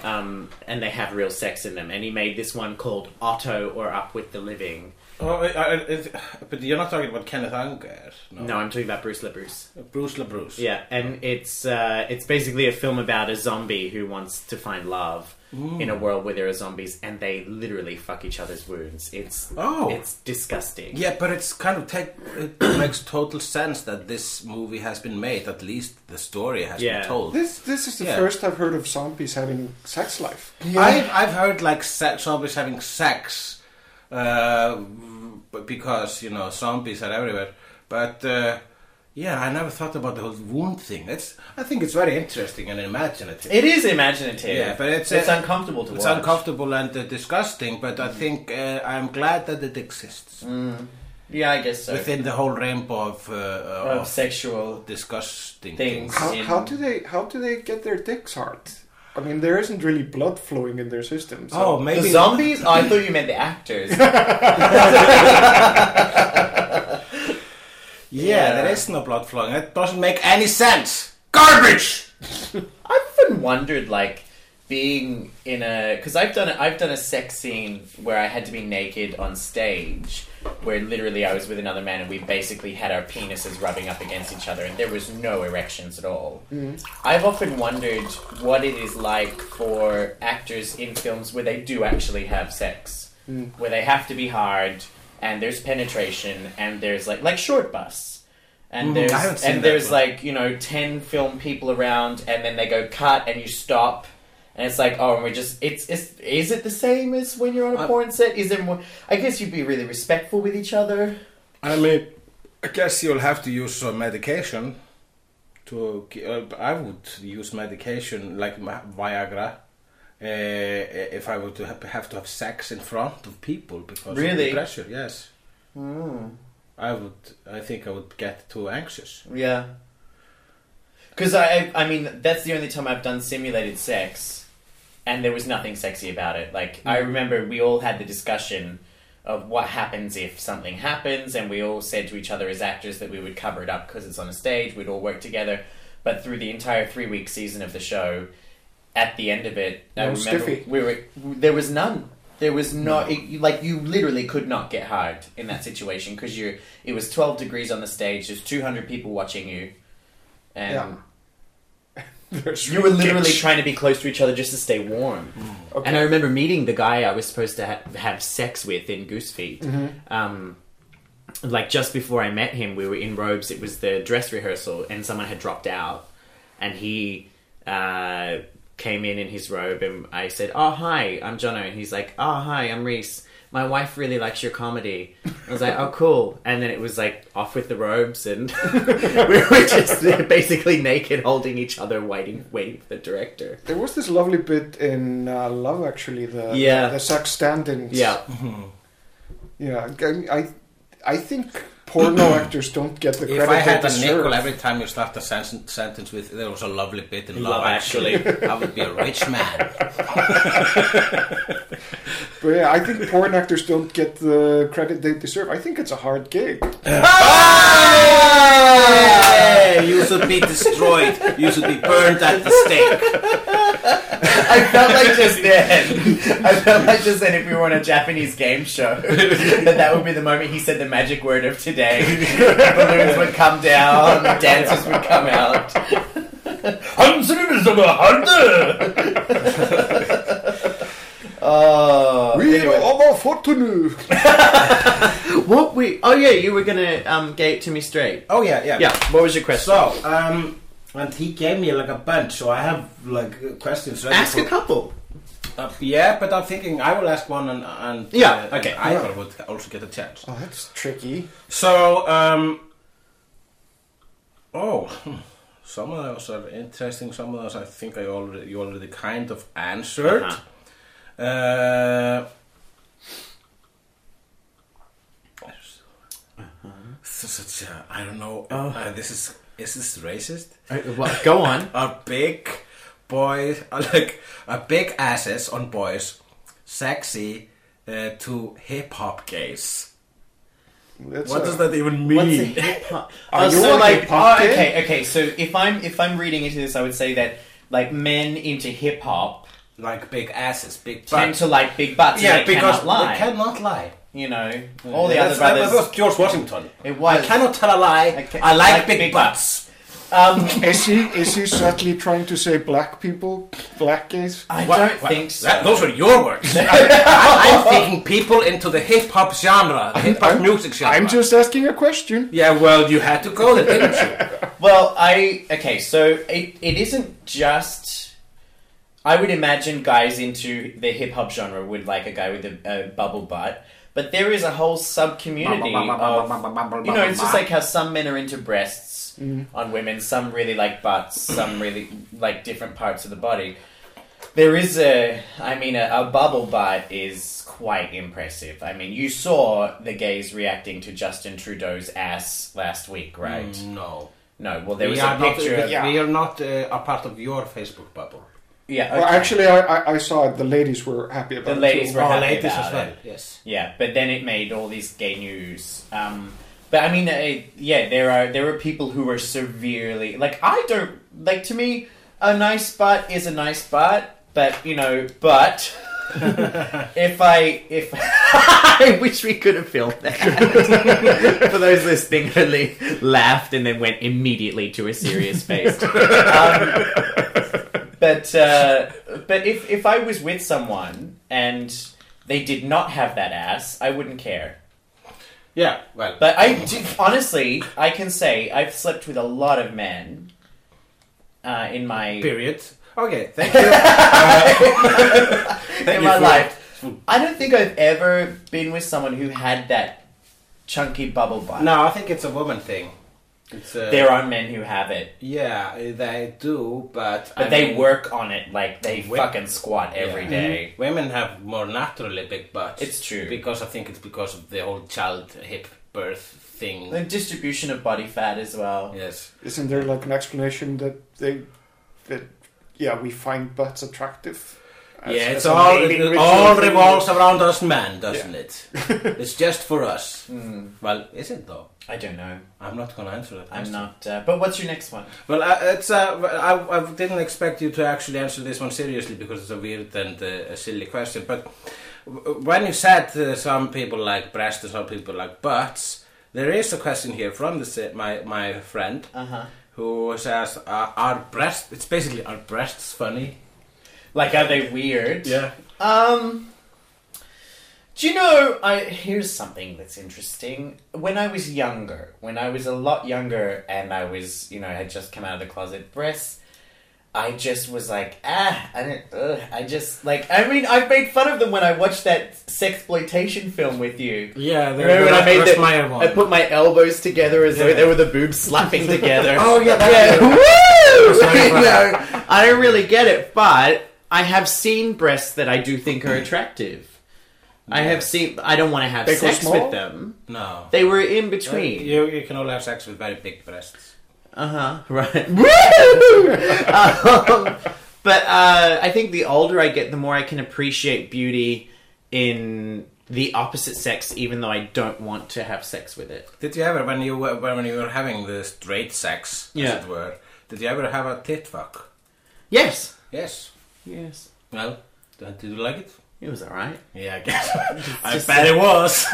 um, and they have real sex in them. And he made this one called Otto or Up with the Living.
Oh, I, I, it, but you're not talking about Kenneth Anger. No.
No, I'm talking about Bruce LaBruce.
Bruce LaBruce.
Yeah, and it's uh, it's basically a film about a zombie who wants to find love in a world where there are zombies, and they literally fuck each other's wounds. It's
Oh.
it's disgusting.
Yeah, but it's kind of take, it makes total sense that this movie has been made. At least the story has
Yeah.
been told.
This this is the
Yeah.
first I've heard of zombies having sex life.
I've, I've heard like sex, zombies having sex uh, but because you know zombies are everywhere. But uh, yeah, I never thought about the whole wound thing. It's I think it's very interesting and imaginative.
It is imaginative.
Yeah, but it's,
it's
uh,
uncomfortable to
it's
watch.
uncomfortable and uh, disgusting, but
Mm.
I think uh, I'm glad that it exists
Yeah, I guess so.
within the whole rainbow of, uh, uh,
of sexual
disgusting
things.
things.
How,
in-
how do they how do they get their dicks hard? I mean, there isn't really blood flowing in their system. So.
Oh,
The
maybe
zombies? Oh, I thought you meant the actors.
Yeah, there is no blood flowing. That doesn't make any sense. Garbage.
I've often wondered, like, being in a because I've done a, I've done a sex scene where I had to be naked on stage, where literally I was with another man and we basically had our penises rubbing up against each other and there was no erections at all.
Mm-hmm.
I've often wondered what it is like for actors in films where they do actually have sex,
Hmm.
where they have to be hard and there's penetration and there's like like short bus. And
Mm,
there's
I haven't seen
and
that
there's
one.
like you know ten film people around, and then they go cut, and you stop, and it's like oh, and we just it's it's is it the same as when you're on a
I-
porn set? Is there more? I guess you'd be really respectful with each other.
I mean, I guess you'll have to use some medication. To ge- uh, I would use medication like ma- Viagra. Uh, if I were to have, have to have sex in front of people because of
Really?
the pressure, yes, Hmm. I would. I think I would get too anxious.
Yeah. Because I, I, I mean, that's the only time I've done simulated sex, and there was nothing sexy about it. Like I
Mm.
remember, we all had the discussion of what happens if something happens, and we all said to each other as actors that we would cover it up because it's on a stage. We'd all work together, but through the entire three-week season of the show, at the end of it, I
No
remember
stiffy. Mm.
we were there was none. There was no, it, you- like you literally could not get hard in that situation because you it was 12 degrees on the stage. There's 200 people watching you, and
Yeah. There's
you were literally
dicks.
trying to be close to each other just to stay warm. Mm.
Okay.
And I remember meeting the guy I was supposed to ha- have sex with in Goose Feet. Um, like just before I met him, we were in robes. It was the dress rehearsal, and someone had dropped out, and he uh, came in in his robe, and I said, "Oh hi, I'm Jono," and he's like, "Oh hi, I'm Reese." My wife really likes your comedy. I was like, "Oh, cool!" And then it was like off with the robes, and we were just there basically naked, holding each other, waiting, waiting for the director.
There was this lovely bit in uh, Love Actually, the
Yeah.
the sex stand-ins.
Yeah,
yeah. I I, I think porno actors don't get the credit
If I had
they
a nickel
deserve.
every time you start a sen- sentence with "there was a lovely bit in
Love
love," actually, I would be a rich man.
But yeah, I think porn actors don't get the credit they deserve. I think it's a hard gig.
Yeah, you should be destroyed. You should be burned at the stake.
I felt like just then. I felt like just then if we were on a Japanese game show, that that would be the moment he said the magic word of today. Balloons would come down, dancers would come out. Oh,
We
anyway.
are our fortune.
what we? Oh yeah, you were gonna um, gay it to me straight.
Oh yeah, yeah.
Yeah. What was your question?
So, um, and he gave me like a bunch, so I have like questions ready.
Ask
for-
a couple.
Uh, yeah, but I'm thinking I will ask one, and, and
Yeah,
uh,
okay.
and I would also get a chance.
Oh, that's tricky.
So, um, oh, hmm, some of those are interesting. Some of those I think I already you already kind of answered.
Uh-huh.
Uh, also such a I don't know.
Oh.
Uh, this is is this racist?
Uh, well, go on.
Are big boys are like are big asses on boys sexy uh, to hip hop gays?
That's uh,
What
a-
does that even
What's a
mean?
hip hop?
Are
Oh,
you
so
a
like,
hip hop
oh,
kid?
okay, okay. So if I'm if I'm reading into this, I would say that like men into hip hop
Like big asses, big
tend
butts.
to like big butts.
Yeah,
and they
because
cannot lie.
they cannot lie.
You know, all the other
That's- that-
brothers.
That was George Washington.
It was.
I cannot tell a
I
lie.
ca-
I, like,
like
big,
big
butts.
Um,
Is he is he certainly trying to say black people, black gays?
I
What-
don't
what-
think so.
that- those were your words. I, am thinking people into the hip hop genre, the hip hop
I'm-
music
Uh,
genre.
I'm just asking a question.
Yeah, well, you had to go there, didn't you?
Well, I okay, so it, it isn't just. I would imagine guys into the hip hop genre would like a guy with a, a bubble butt, but there is a whole sub community of you know. It's just like how some men are into breasts on women, some really like butts, some really like different parts of the body. There is a, I mean, a, a bubble butt is quite impressive. I mean, you saw the gays reacting to Justin Trudeau's ass last week, right?
No.
No, well, there
we
was
are
a picture.
not, uh,
of,
we-
yeah,
We are not uh, a part of your Facebook bubble.
yeah,
Well,
okay.
actually, I, I, I saw it. The ladies were happy about
the
it.
ladies
too.
were
Our
happy
ladies
about
as well,
it.
yes.
Yeah, but then it made all these gay news. Um, but I mean, uh, yeah, there are there are people who are severely like I don't like to me a nice butt is a nice butt, but you know, but if I if
I wish we could have filmed that. For those listening, only laughed and then went immediately to a serious face.
um, but uh, but if if I was with someone and they did not have that ass, I wouldn't care.
Yeah, well,
But I do, honestly, I can say I've slept with a lot of men uh, in my
period. Okay, thank you.
in
you
my
for-
life. I don't think I've ever been with someone who had that chunky bubble butt.
no, I think it's a woman thing. It's, uh,
There are men who have it,
Yeah, they do, but.
but
I
they
mean,
work on it like they
Wi-
fucking squat every
Yeah. Mm-hmm.
day.
Women have more naturally big butts.
It's true.
Because I think it's because of the whole child hip birth thing.
The distribution of body fat as well.
Yes.
Isn't there like an explanation that they that yeah we find butts attractive? As-
yeah, it's
as a
all
mating
it, it
ritual
all
thing?
revolves around us men, doesn't it? it's just for us.
Mm,
Well, is it though?
I don't know.
I'm not gonna answer that.
I'm
question.
not. Uh, but what's your next one?
Well, uh, it's uh, I, I didn't expect you to actually answer this one seriously because it's a weird and uh, a silly question. But w- when you said uh, some people like breasts and some people like butts, there is a question here from the sa- my my friend
Uh huh.
who says, uh, "Are breasts? It's basically are breasts funny?"
Like, are they weird? Um. Do you know? I here's something that's interesting. When I was younger, when I was a lot younger, and I was, you know, I had just come out of the closet, breasts. I just was like, ah, I don't. Ugh, I just like. I mean, I've made fun of them when I watched that sexploitation film with you.
Yeah, the,
Remember when I made the-
Meyer one.
I put my elbows together as though they were the boobs slapping together.
oh yeah, that,
Yeah, woo!
Sorry about
No, I don't really get it, but I have seen breasts that I do think are attractive. I have seen. I don't want to have
Big or
sex
small?
with them.
No, Uh,
They were in between.
you you can only have sex with very big breasts.
Uh huh. Right. Woo! um, but uh, I think the older I get, the more I can appreciate beauty in the opposite sex, even though I don't want to have sex with it.
Did you ever, when you were when you were having the straight sex,
Yeah.
as it were, did you ever have a tit fuck?
Yes.
Yes.
Yes.
Well, did you like it?
It was alright.
Yeah, I guess. I
just
bet it was.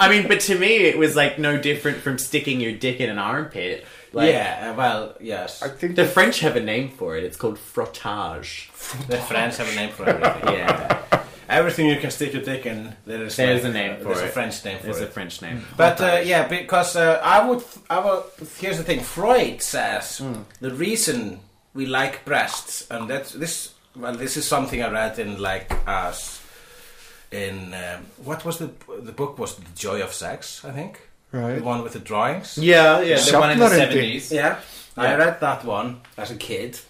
I mean, but to me, it was like no different from sticking your dick in an armpit. Like,
yeah. uh, Well, yes.
I think
The French have a name for it. It's called frottage.
The French have a name for everything.
Yeah,
Everything you can stick your dick in, there is
There's
like,
a name
uh,
for
there's a
it.
French name for
it's a
it.
French name.
But uh, yeah, because uh, I would, I would. Here's the thing: Freud says
Hmm.
the reason we like breasts, and that's this. Well, this is something I read in like us in um, what was the the book was the Joy of Sex, I think, the
right.
one with the drawings.
yeah, yeah.
The one in the
Shopner and
seventies.
Yeah, I
Yeah.
read that one as a kid,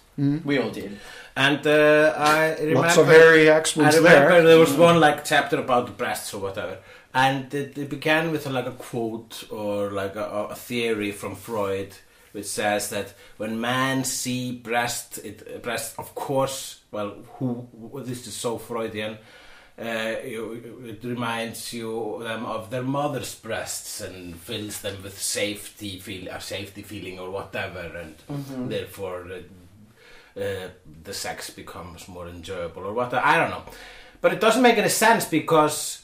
We all did.
and uh, I remember
Lots of hairy
I
accents
remember
there.
there was one like chapter about the breasts or whatever, and it, it began with like a quote or like a, a theory from Freud, which says that when man see breast, it breast of course. Well, who, who- this is so Freudian. Uh, you- it reminds you them of their mother's breasts and fills them with safety feel, a safety feeling or whatever, and therefore uh, uh, the sex becomes more enjoyable or what I don't know. But it doesn't make any sense because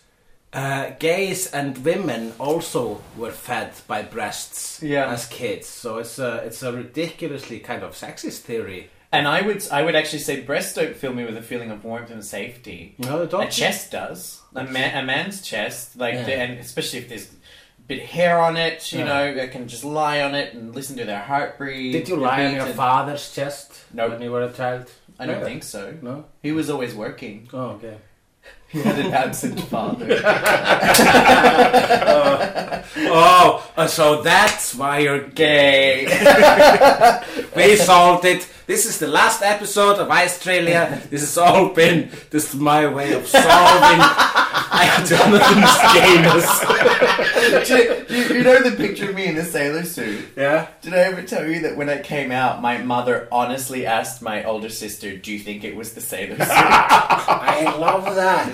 uh, gays and women also were fed by breasts
Yeah.
as kids, so it's a it's a ridiculously kind of sexist theory.
And I would, I would actually say breasts don't fill me with a feeling of warmth and safety.
No, they
A
don't.
chest does. A, man, a man's chest, like,
Yeah.
the, and especially if there's a bit of hair on it, you
Yeah.
know, they can just lie on it and listen to their heartbeat.
Did you lie on
beat
your
and-
father's chest
No.
when you were a child?
I don't
Okay.
think so.
No.
He was always working.
Oh, okay.
He had an absent father.
Oh, uh, so that's why you're gay. we solved it. This is the last episode of Australia. This has all been just my way of solving Jonathan's gayness.
you, you know the picture of me in the sailor suit?
Yeah.
Did I ever tell you that when it came out, my mother honestly asked my older sister, "Do you think it was the sailor suit?"
I love that.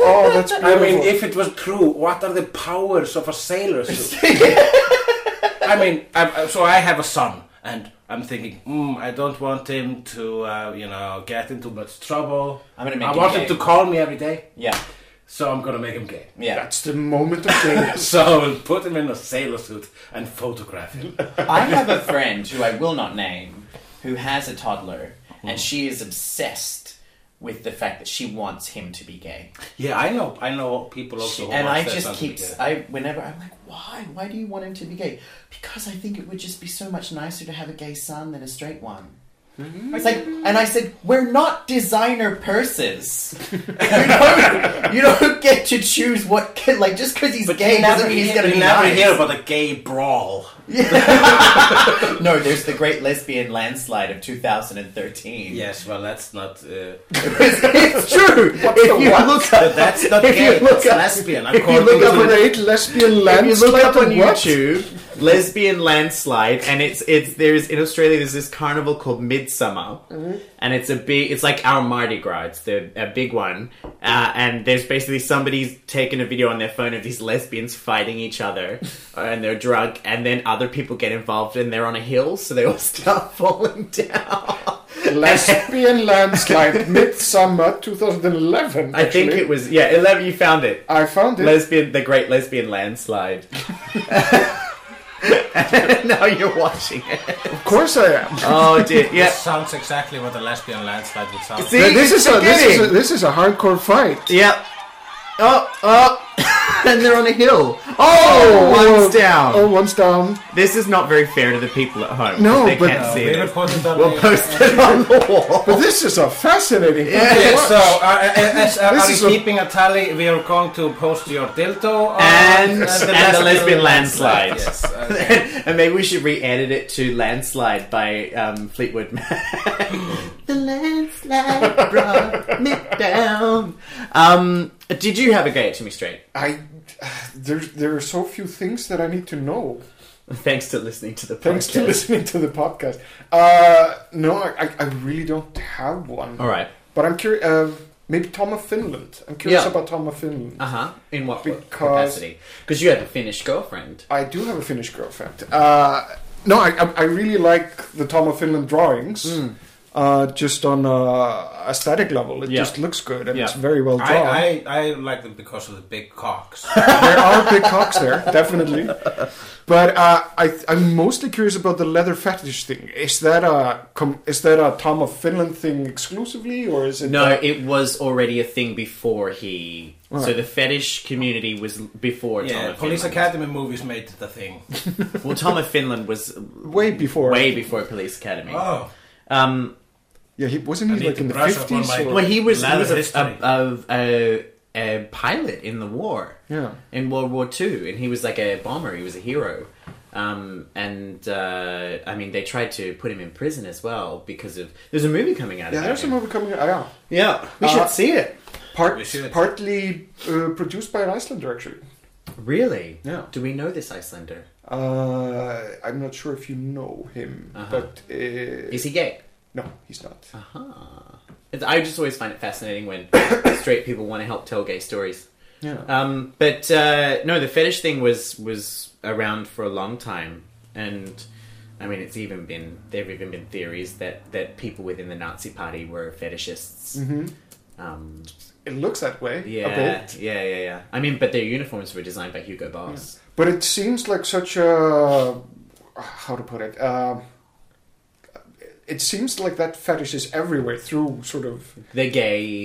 Oh, that's beautiful.
I mean, if it was true, what are the powers of a sailor suit? I mean, I'm, so I have a son, and I'm thinking, mm, I don't want him to, uh, you know, get into much trouble.
I'm gonna make
I
him
want him
gay.
to call me every day,
yeah,
so I'm gonna make him gay.
yeah.
that's the moment of gayness.
So I will put him in a sailor suit and photograph him.
I have a friend who I will not name who has a toddler, and she is obsessed with the fact that she wants him to be gay.
yeah, I know. I know people also. who
and
want
I
their
just
son to
keep uh,
be gay.
I whenever I'm like, why? Why do you want him to be gay? Because I think it would just be so much nicer to have a gay son than a straight one.
Mm-hmm.
It's like, and I said, we're not designer purses. you, don't, you don't get to choose what. Kid, like just because he's
But
gay
you
doesn't
never,
mean he's
hear,
gonna
you
be
never
nice.
hear about a gay brawl.
no, there's the great lesbian landslide of 2013.
Yes, well, that's not. Uh,
It's true. if you look up,
that's not
If you
gay.
look
That's
up-
lesbian.
if you
according
look
to
up
the-
an
Great lesbian
If you
landslide
look up on
what?
YouTube, lesbian landslide, and it's it's there's in Australia there's this carnival called Midsummer, and it's a big it's like our Mardi Gras, it's the a big one, uh, and there's basically somebody's taken a video on their phone of these lesbians fighting each other, uh, and they're drunk, and then other people get involved, and they're on a hill, so they all start falling down.
Lesbian landslide, midsummer 2011.
I think
actually.
it was yeah eleven. You found it.
I found it.
Lesbian, the great lesbian landslide. now you're watching it.
of course I am.
Oh dear,
This
yeah.
sounds exactly what a lesbian landslide would sound.
See,
this is a this is a,
a...
this is a hardcore fight.
Yep. Oh, oh. and they're on a hill. Oh, one's down.
Oh, one's down.
This is not very fair to the people at home.
No,
'cause they
but-
can't
No,
see
we
this.
reported on
We'll
the-
post it on the wall.
But this is a fascinating. thing to
Yeah,
watch.
so uh, uh, as, uh,
This
are
is
you
a-
keeping a tally? We are going to post your dildo on,
And- and the lesbian landslide.
Yes, uh,
and maybe we should re-edit it to "Landslide" by um, Fleetwood Mac. the landslide brought me down. Um, did you have a gay at Timmy Straight?
I there there are so few things that I need to know.
Thanks to listening to the podcast.
Thanks to listening to the podcast. Uh, no, I, I- I really don't have one.
All right.
But I'm curious. Uh, maybe Tom of Finland. I'm curious
Yeah.
about Tom of Finland.
Uh huh. In what
Because-
capacity? Because you had a Finnish girlfriend.
I do have a Finnish girlfriend. Uh, no, I, I, I really like the Tom of Finland drawings.
Hmm.
Uh, just on a aesthetic level, it
Yeah.
just looks good and
Yeah.
it's very well drawn.
I, I, I like them because of the big cocks.
there are big cocks there, definitely. But uh, I, I'm mostly curious about the leather fetish thing. Is that a com- is that a Tom of Finland thing exclusively, or is it
No, it was already a thing before he. So
Right.
the fetish community was before Tom
yeah,
of
Police
Finland.
Academy movies made it a thing.
Well, Tom of Finland was
way before?
way before Police Academy.
Oh,
Um,
Yeah, he wasn't
I
he
need
like
to
in the
brush up on
fifties?
my-
Well, he was, he
Lot
was
of
a,
history.
a, a, a, a pilot in the war,
Yeah,
in World War Two, and he was like a bomber. He was a hero. Um, and uh, I mean, they tried to put him in prison as well because of there's a movie coming out.
yeah.
about
There's a
him.
movie coming. out. Yeah,
Yeah, we
Uh,
should see it.
We
Part,
should.
partly uh, produced by an Icelander, actually.
Really?
Yeah.
Do we know this Icelander?
Uh, I'm not sure if you know him,
Uh-huh.
but uh,
Is he gay?
no, he's not.
Ah.
Aha. It's- I just always find it fascinating when straight people want to help tell gay stories.
Yeah.
Ah.
Um, but uh, no, the fetish thing was was around for a long time, and I mean, it's even been there've even been theories that that people within the Nazi Party were fetishists.
hmm
Um,
It looks that way.
yeah,
A bit.
yeah, yeah, yeah. I mean, but their uniforms were designed by Hugo Boss.
But it seems like such a how to put it. Um it seems like that fetish is everywhere through sort of
The gay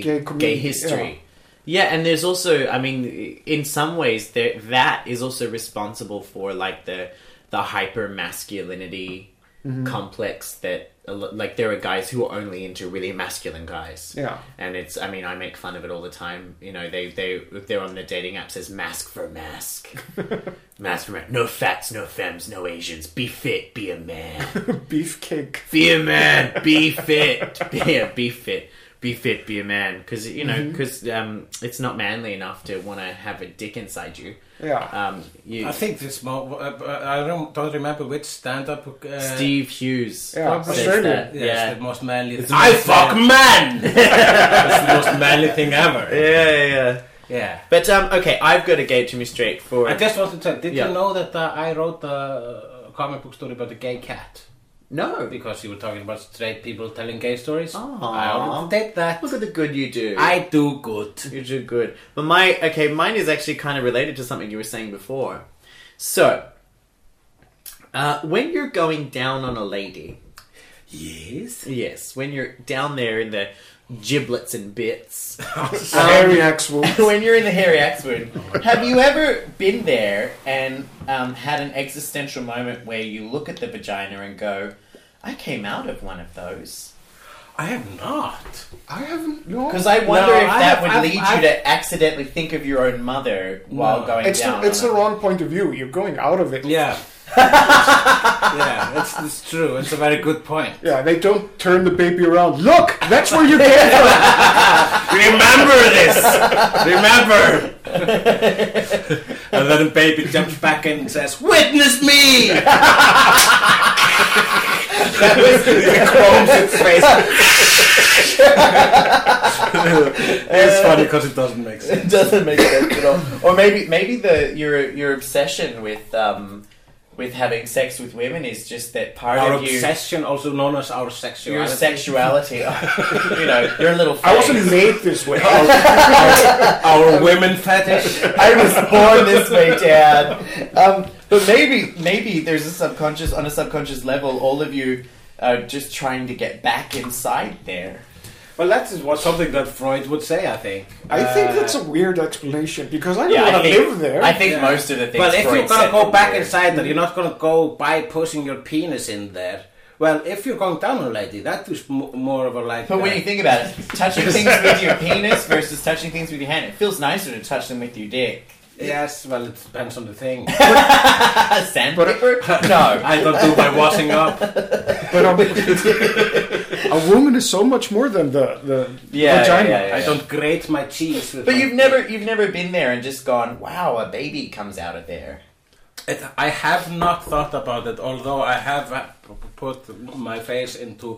Gay
gay,
community,
history. Yeah. and there's also, I mean, in some ways, there, that is also responsible for like the the hyper masculinity
Mm-hmm.
complex that a lo- like there are guys who are only into really masculine guys.
yeah.
And it's, I mean, I make fun of it all the time. You know, they they they're on the dating apps as mask for mask, mask for mask. No fats, no femmes, no Asians. Be fit, be a man.
Beefcake.
Be a man. Be fit. Yeah, be fit. Be fit. Be a man. Because you know,
Mm-hmm.
because um, it's not manly enough to want to have a dick inside you.
Yeah.
Um, you
I think this more. Uh, uh, I don't, don't remember which stand-up. Uh,
Steve Hughes.
Yeah,
says
Australian.
that.
Yeah,
Yeah.
It's the most manly. Thing
I fuck man.
It's the most manly thing ever.
yeah, yeah.
Yeah.
But um, okay, I've got a gay to me straight for.
I just wanted to tell. Did
Yeah.
you know that uh, I wrote a uh, comic book story about a gay cat?
no.
Because you were talking about straight people telling gay stories.
Aw.
I already did that.
Look at the good you do.
I do good.
You do good. But my okay, mine is actually kind of related to something you were saying before. So, uh, when you're going down on a lady,
Yes.
yes, when you're down there in the giblets and bits,
Hairy axe wolf.
when you're in the hairy axe
Oh
wound,
Have you ever been there and um, had an existential moment where you look at the vagina and go, I came out of one of those?
I have not.
I haven't. No.
Because I wonder
No,
if
I
that
have-
would
I've-
lead
I've-
you to accidentally think of your own mother while
No.
going
It's
down.
the, it's
on
the
it.
wrong point of view. You're going out of it.
Yeah. yeah, it's, it's true. It's a very good point.
Yeah, They don't turn the baby around. Look, that's where you get from.
Remember this! Remember! and then the baby jumps back in and says, Witness me! that was the chrome's its face. it's funny because it doesn't make sense.
It doesn't make sense at all. Or maybe maybe the your your obsession with um with having sex with women is just that part
Our
of you
obsession, also known as our
your
sexuality.
sexuality. you know, your little.
I wasn't
phase.
made this way.
our women fetish.
I was born this way, Dad. Um, but maybe, maybe there's a subconscious, on a subconscious level, all of you are just trying to get back inside there.
Well, that's what something that Freud would say, I think.
I think
Uh,
that's a weird explanation because I don't
I
want to
think-
live there.
I think
Yeah.
most of the things.
Well, if
Freud
you're gonna
said
go
were
back
weird.
inside there, you're not gonna go by pushing your penis in there. Well, if you're going down on a lady, that is m- more of a like.
But
uh,
when you think about it, touching things with your penis versus touching things with your hand, it feels nicer to touch them with your dick.
yes, well, it depends on the thing.
A sandpaper? No.
I don't do my washing up.
But um, a woman is so much more than the the
Yeah,
vagina.
yeah, yeah,
I don't grate my cheese. With
But
my-
you've never, you've never been there and just gone, wow, a baby comes out of there.
It, I have not thought about it, although I have uh, p- p- put my face into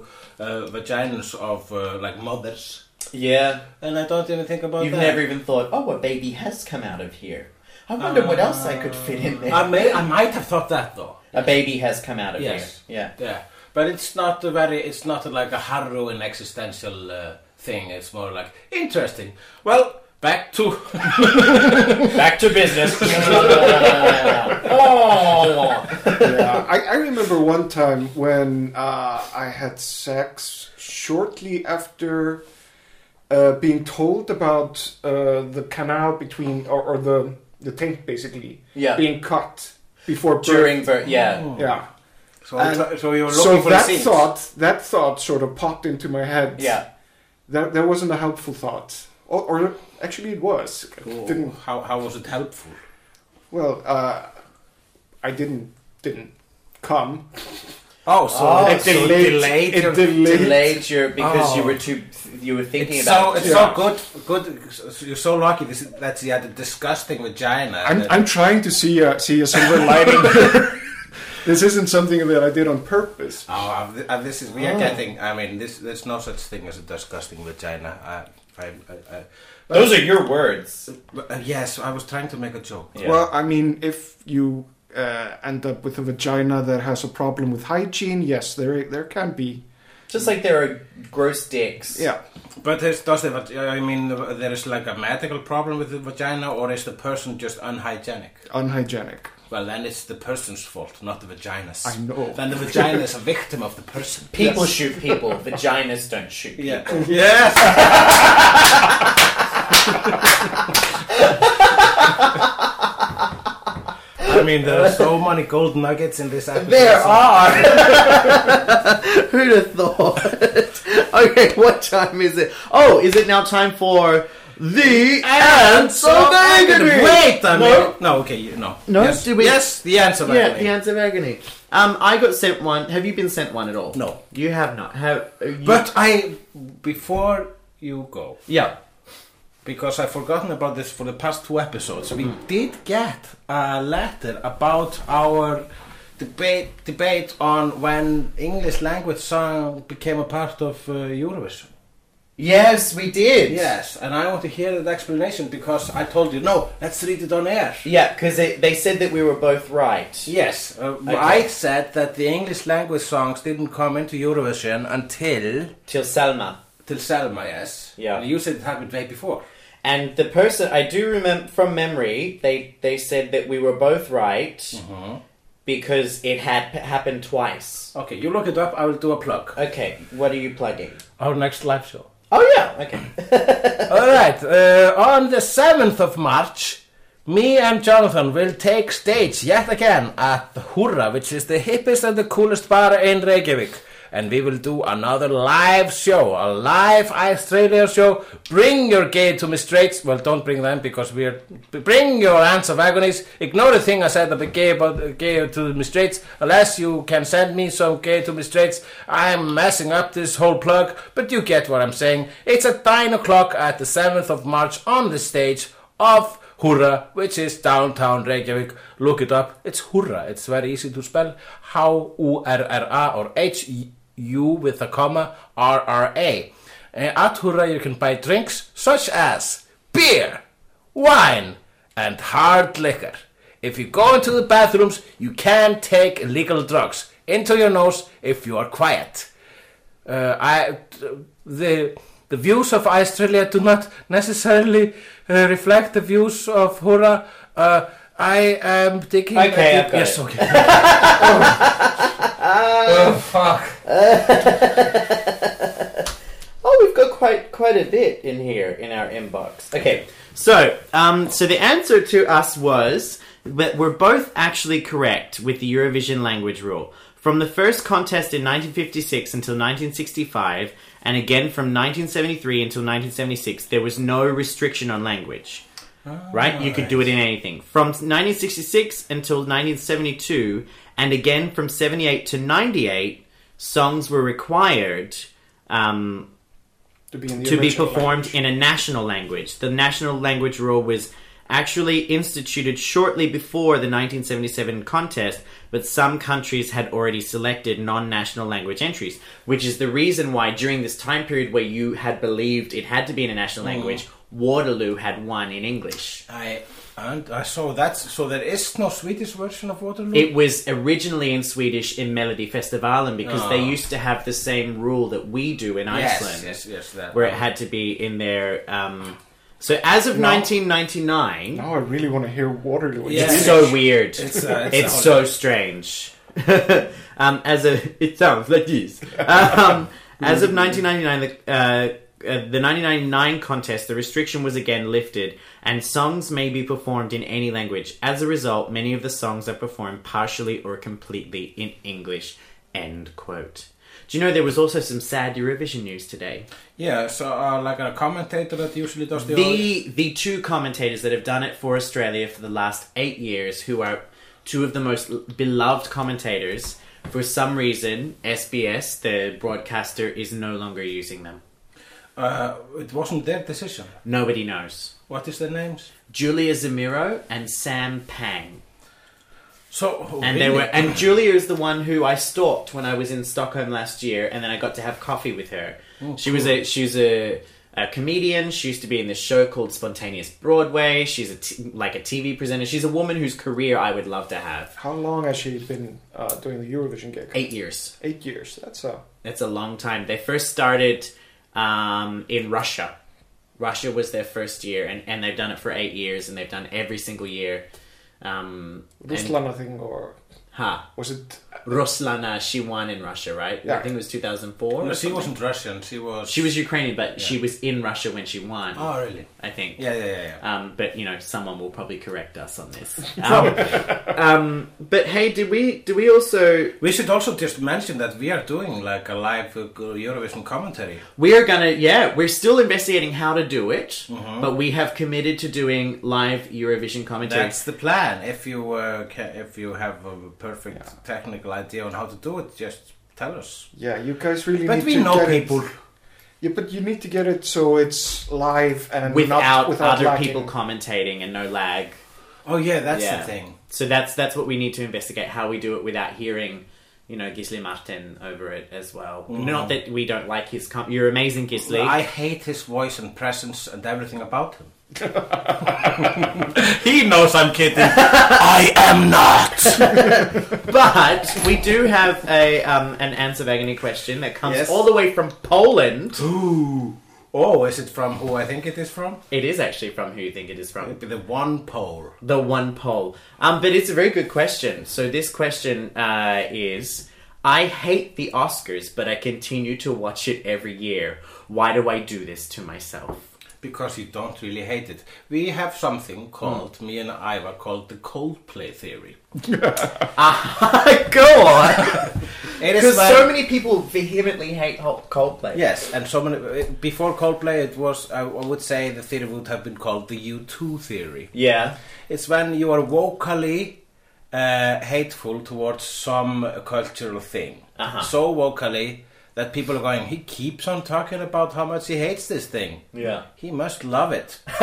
uh, vaginas of uh, like mothers,
Yeah.
and I don't even think about
You've
that.
never even thought, oh, a baby has come out of here. I wonder what else I could fit in there.
Uh, I may, I might have thought that though.
a baby has come out of
Yes.
here. Yeah.
Yeah, but it's not a very, it's not like a harrowing existential uh, thing. It's more like interesting. Well, back to
Back to business. oh.
yeah, I, I remember one time when uh, I had sex shortly after uh, being told about uh, the canal between or, or the the taint basically
Yeah.
being cut before birth.
During birth.
Oh.
Yeah.
yeah.
so,
And-
so you were looking
So
for
that
the scenes.
thought that thought sort of popped into my head.
Yeah.
that that wasn't a helpful thought, or, or actually it was. It
Oh,
didn't
how how was it helpful?
well. Uh, I didn't didn't come.
Oh, so
Oh,
it
so
delayed.
it
your-
delayed-
Delayed you because you
Oh.
were too you were thinking
It's so
about
it's
it.
so good. Good. so You're so lucky. This that she had a disgusting vagina.
I'm,
that-
I'm trying to see a, see a silver lining here. this isn't something that I did on purpose.
Oh, I've- I've- this is we
Oh.
are getting. I mean, this there's no such thing as a disgusting vagina. Uh, I, I, I, I,
Those are your words.
but, uh, yes, I was trying to make a joke.
Yeah.
Well, I mean, if you uh, end up with a vagina that has a problem with hygiene, yes, there there can be.
Just like there are gross dicks.
Yeah,
But there's, does the, vag- I mean, there is like a medical problem with the vagina, or is the person just unhygienic?
unhygienic.
Well, then it's the person's fault, not the vagina's.
I know.
Then the vagina is a victim of the person.
People shoot people. Vaginas don't shoot people.
Yeah. yes. I mean, there are so many gold nuggets in this episode.
There are. Who'd have thought? okay, what time is it? Oh, is it now time for the ants of agony?
Wait, I mean,
No?
no, okay, you, no,
No?
yes,
Did we-
yes, the answer.
Yeah,
Agony.
the ants of agony. Um, I got sent one. Have you been sent one at all?
No.
you have not. Have uh, you,
But I, before you go,
yeah.
because I've forgotten about this for the past two episodes, we
Mm-hmm.
did get a letter about our debate debate on when English language song became a part of uh, Eurovision.
Yes, we did.
Yes, and I want to hear that explanation because I told you no. Let's read it on air.
Yeah, because they said that we were both right.
Yes, uh,
Okay.
I said that the English language songs didn't come into Eurovision until
Till Salma.
till Selma. Yes,
Yeah.
And you said it happened way before.
And the person I do remember from memory, they they said that we were both right
Uh-huh.
because it had p- happened twice.
Okay, you look it up. I will do a plug.
Okay, what are you plugging?
Our next live show.
Oh yeah, okay.
All right. Uh, on the 7th of March, me and Jonathan will take stage yet again at the Hurra, which is the hippest and the coolest bar in Reykjavik. And we will do another live show, a live Australia show. Bring your gay to me straights. Well, don't bring them because we're. Bring your ants of agonies. Ignore the thing I said about gay, about gay to me straights. Unless you can send me some gay to me straights. I'm messing up this whole plug, but you get what I'm saying. It's at 9 o'clock at the 7th of March on the stage of Hurra, which is downtown Reykjavik. Look it up. It's Hurra. It's very easy to spell. How U R R A or H U with a comma R R A. Uh, At Hurra, you can buy drinks such as beer, wine, and hard liquor. If you go into the bathrooms, you can take illegal drugs into your nose if you are quiet. Uh, I, the the views of Australia do not necessarily uh, reflect the views of Hura. Uh, I am taking.
Okay,
I think-
I've got
yes,
it.
okay. oh. Oh, fuck.
oh, we've got quite quite a bit in here in our inbox. Okay,
So, um, so the answer to us was that we're both actually correct with the Eurovision language rule. From the first contest in 1956 until 1965, and again from 1973 until 1976, there was no restriction on language. right? You could do it in anything. From 1966 until 1972, and again from 78 to 98, songs were required um,
To be, in the
to be
original
performed
language.
in a national language. The national language rule was actually instituted shortly before the 1977 contest, but some countries had already selected non national language entries, which is the reason why during this time period where you had believed it had to be in a national language, Waterloo had one in English.
I and I saw that. So there is no Swedish version of Waterloo.
It was originally in Swedish in Melody Festivalen because they used to have the same rule that we do in Iceland.
Yes, yes, yes. That,
where it had to be in their. Um, so as of
No.
1999,
Now I really want to hear Waterloo. in
Yeah.
it's
Swedish.
so weird.
It's, uh, it's,
It's
a-
so strange. um, as a, it sounds like this. Um, as of 1999, the, uh, uh, the 1999 contest, the restriction was again lifted, and songs may be performed in any language. As a result, many of the songs are performed partially or completely in English. End quote. Do you know there was also some sad Eurovision news today?
Yeah, so uh, like a commentator that usually does the.
the the two commentators that have done it for Australia for the last eight years, who are two of the most l- beloved commentators, For some reason, SBS, the broadcaster, is no longer using them.
Uh, it wasn't their decision.
Nobody knows.
What is their names?
Julia Zamiro and Sam Pang.
So
And they
really?
were and Julia is the one who I stalked when I was in Stockholm last year and then I got to have coffee with her. she was a she's a a comedian. She used to be in this show called Spontaneous Broadway. She's a t- like a TV presenter. She's a woman whose career I would love to have.
How long has she been uh, doing the Eurovision gig?
Eight years.
Eight years. That's a
That's a long time. They first started um, in Russia. Russia was their first year, and, and they've done it for eight years, and they've done every single year. Um, and,
Ruslan, I think, or
ha,
was it?
Ruslana, she won in Russia, right? I
Yeah.
think it was 2004.
No,
or
she
something.
wasn't Russian. She was.
She was Ukrainian, but she was in Russia when she won,
Oh really?
I think.
Yeah, yeah, yeah. yeah.
Um, but you know, someone will probably correct us on this. Um, um, but hey, did we? Do we also?
We should also just mention that we are doing like a live uh, Eurovision commentary.
We are gonna, yeah, we're still investigating how to do it,
Uh-huh.
but we have committed to doing live Eurovision commentary.
That's the plan. If you uh, ca- if you have a perfect technical idea on how to do it, just tell us.
Yeah, you guys really.
But
need
we
to
know
get it-
people.
Yeah, but you need to get it so it's live and
without,
not without
other
lacking.
people commentating and no lag.
Oh yeah, that's
Yeah.
the thing.
So that's that's what we need to investigate how we do it without hearing, you know, Gisli Martin over it as well.
Mm-hmm.
Not that we don't like his com- you're amazing Gisli.
I hate his voice and presence and everything about him.
he knows I'm kidding.
I am not.
But we do have a um, an answer of agony question that comes
Yes.
all the way from Poland.
Ooh. Oh, is it from who I think it is from?
It is actually from who you think it is from.
It'd be the one pole.
the one poll. Um, but it's a very good question. So this question uh, is: I hate the Oscars, but I continue to watch it every year. Why do I do this to myself?
because you don't really hate it. We have something called, me and Ivar, called the Coldplay theory.
Go on,
It
because
when-
so many people vehemently hate Hol- Coldplay.
Yes, and so many. Before Coldplay, it was, I would say, the theory would have been called the U2 theory.
yeah.
It's when you are vocally uh, hateful towards some cultural thing.
Uh-huh.
So vocally that people are going, he keeps on talking about how much he hates this thing.
Yeah.
He must love it.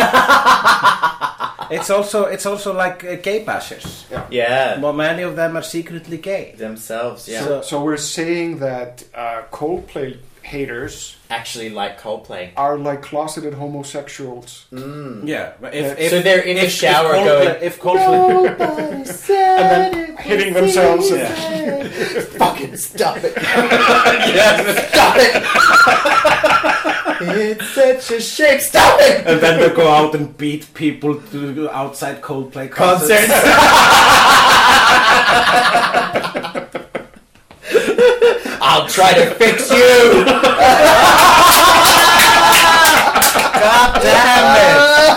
it's also it's also like uh, gay bashers.
Yeah,
Well, many of them are secretly gay.
themselves. Yeah,
So-
So we're saying that uh, Coldplay haters
actually like Coldplay.
are like closeted homosexuals.
Yeah, but if,
Yeah.
if
So they're in the
if,
shower
if Coldplay,
going,
If Coldplay,
and then hitting themselves. and-
Fucking stop it! stop it! it's such a shame. Stop it!
and then they go out and beat people to outside Coldplay concerts.
concerts. I'll try to fix you. God damn it!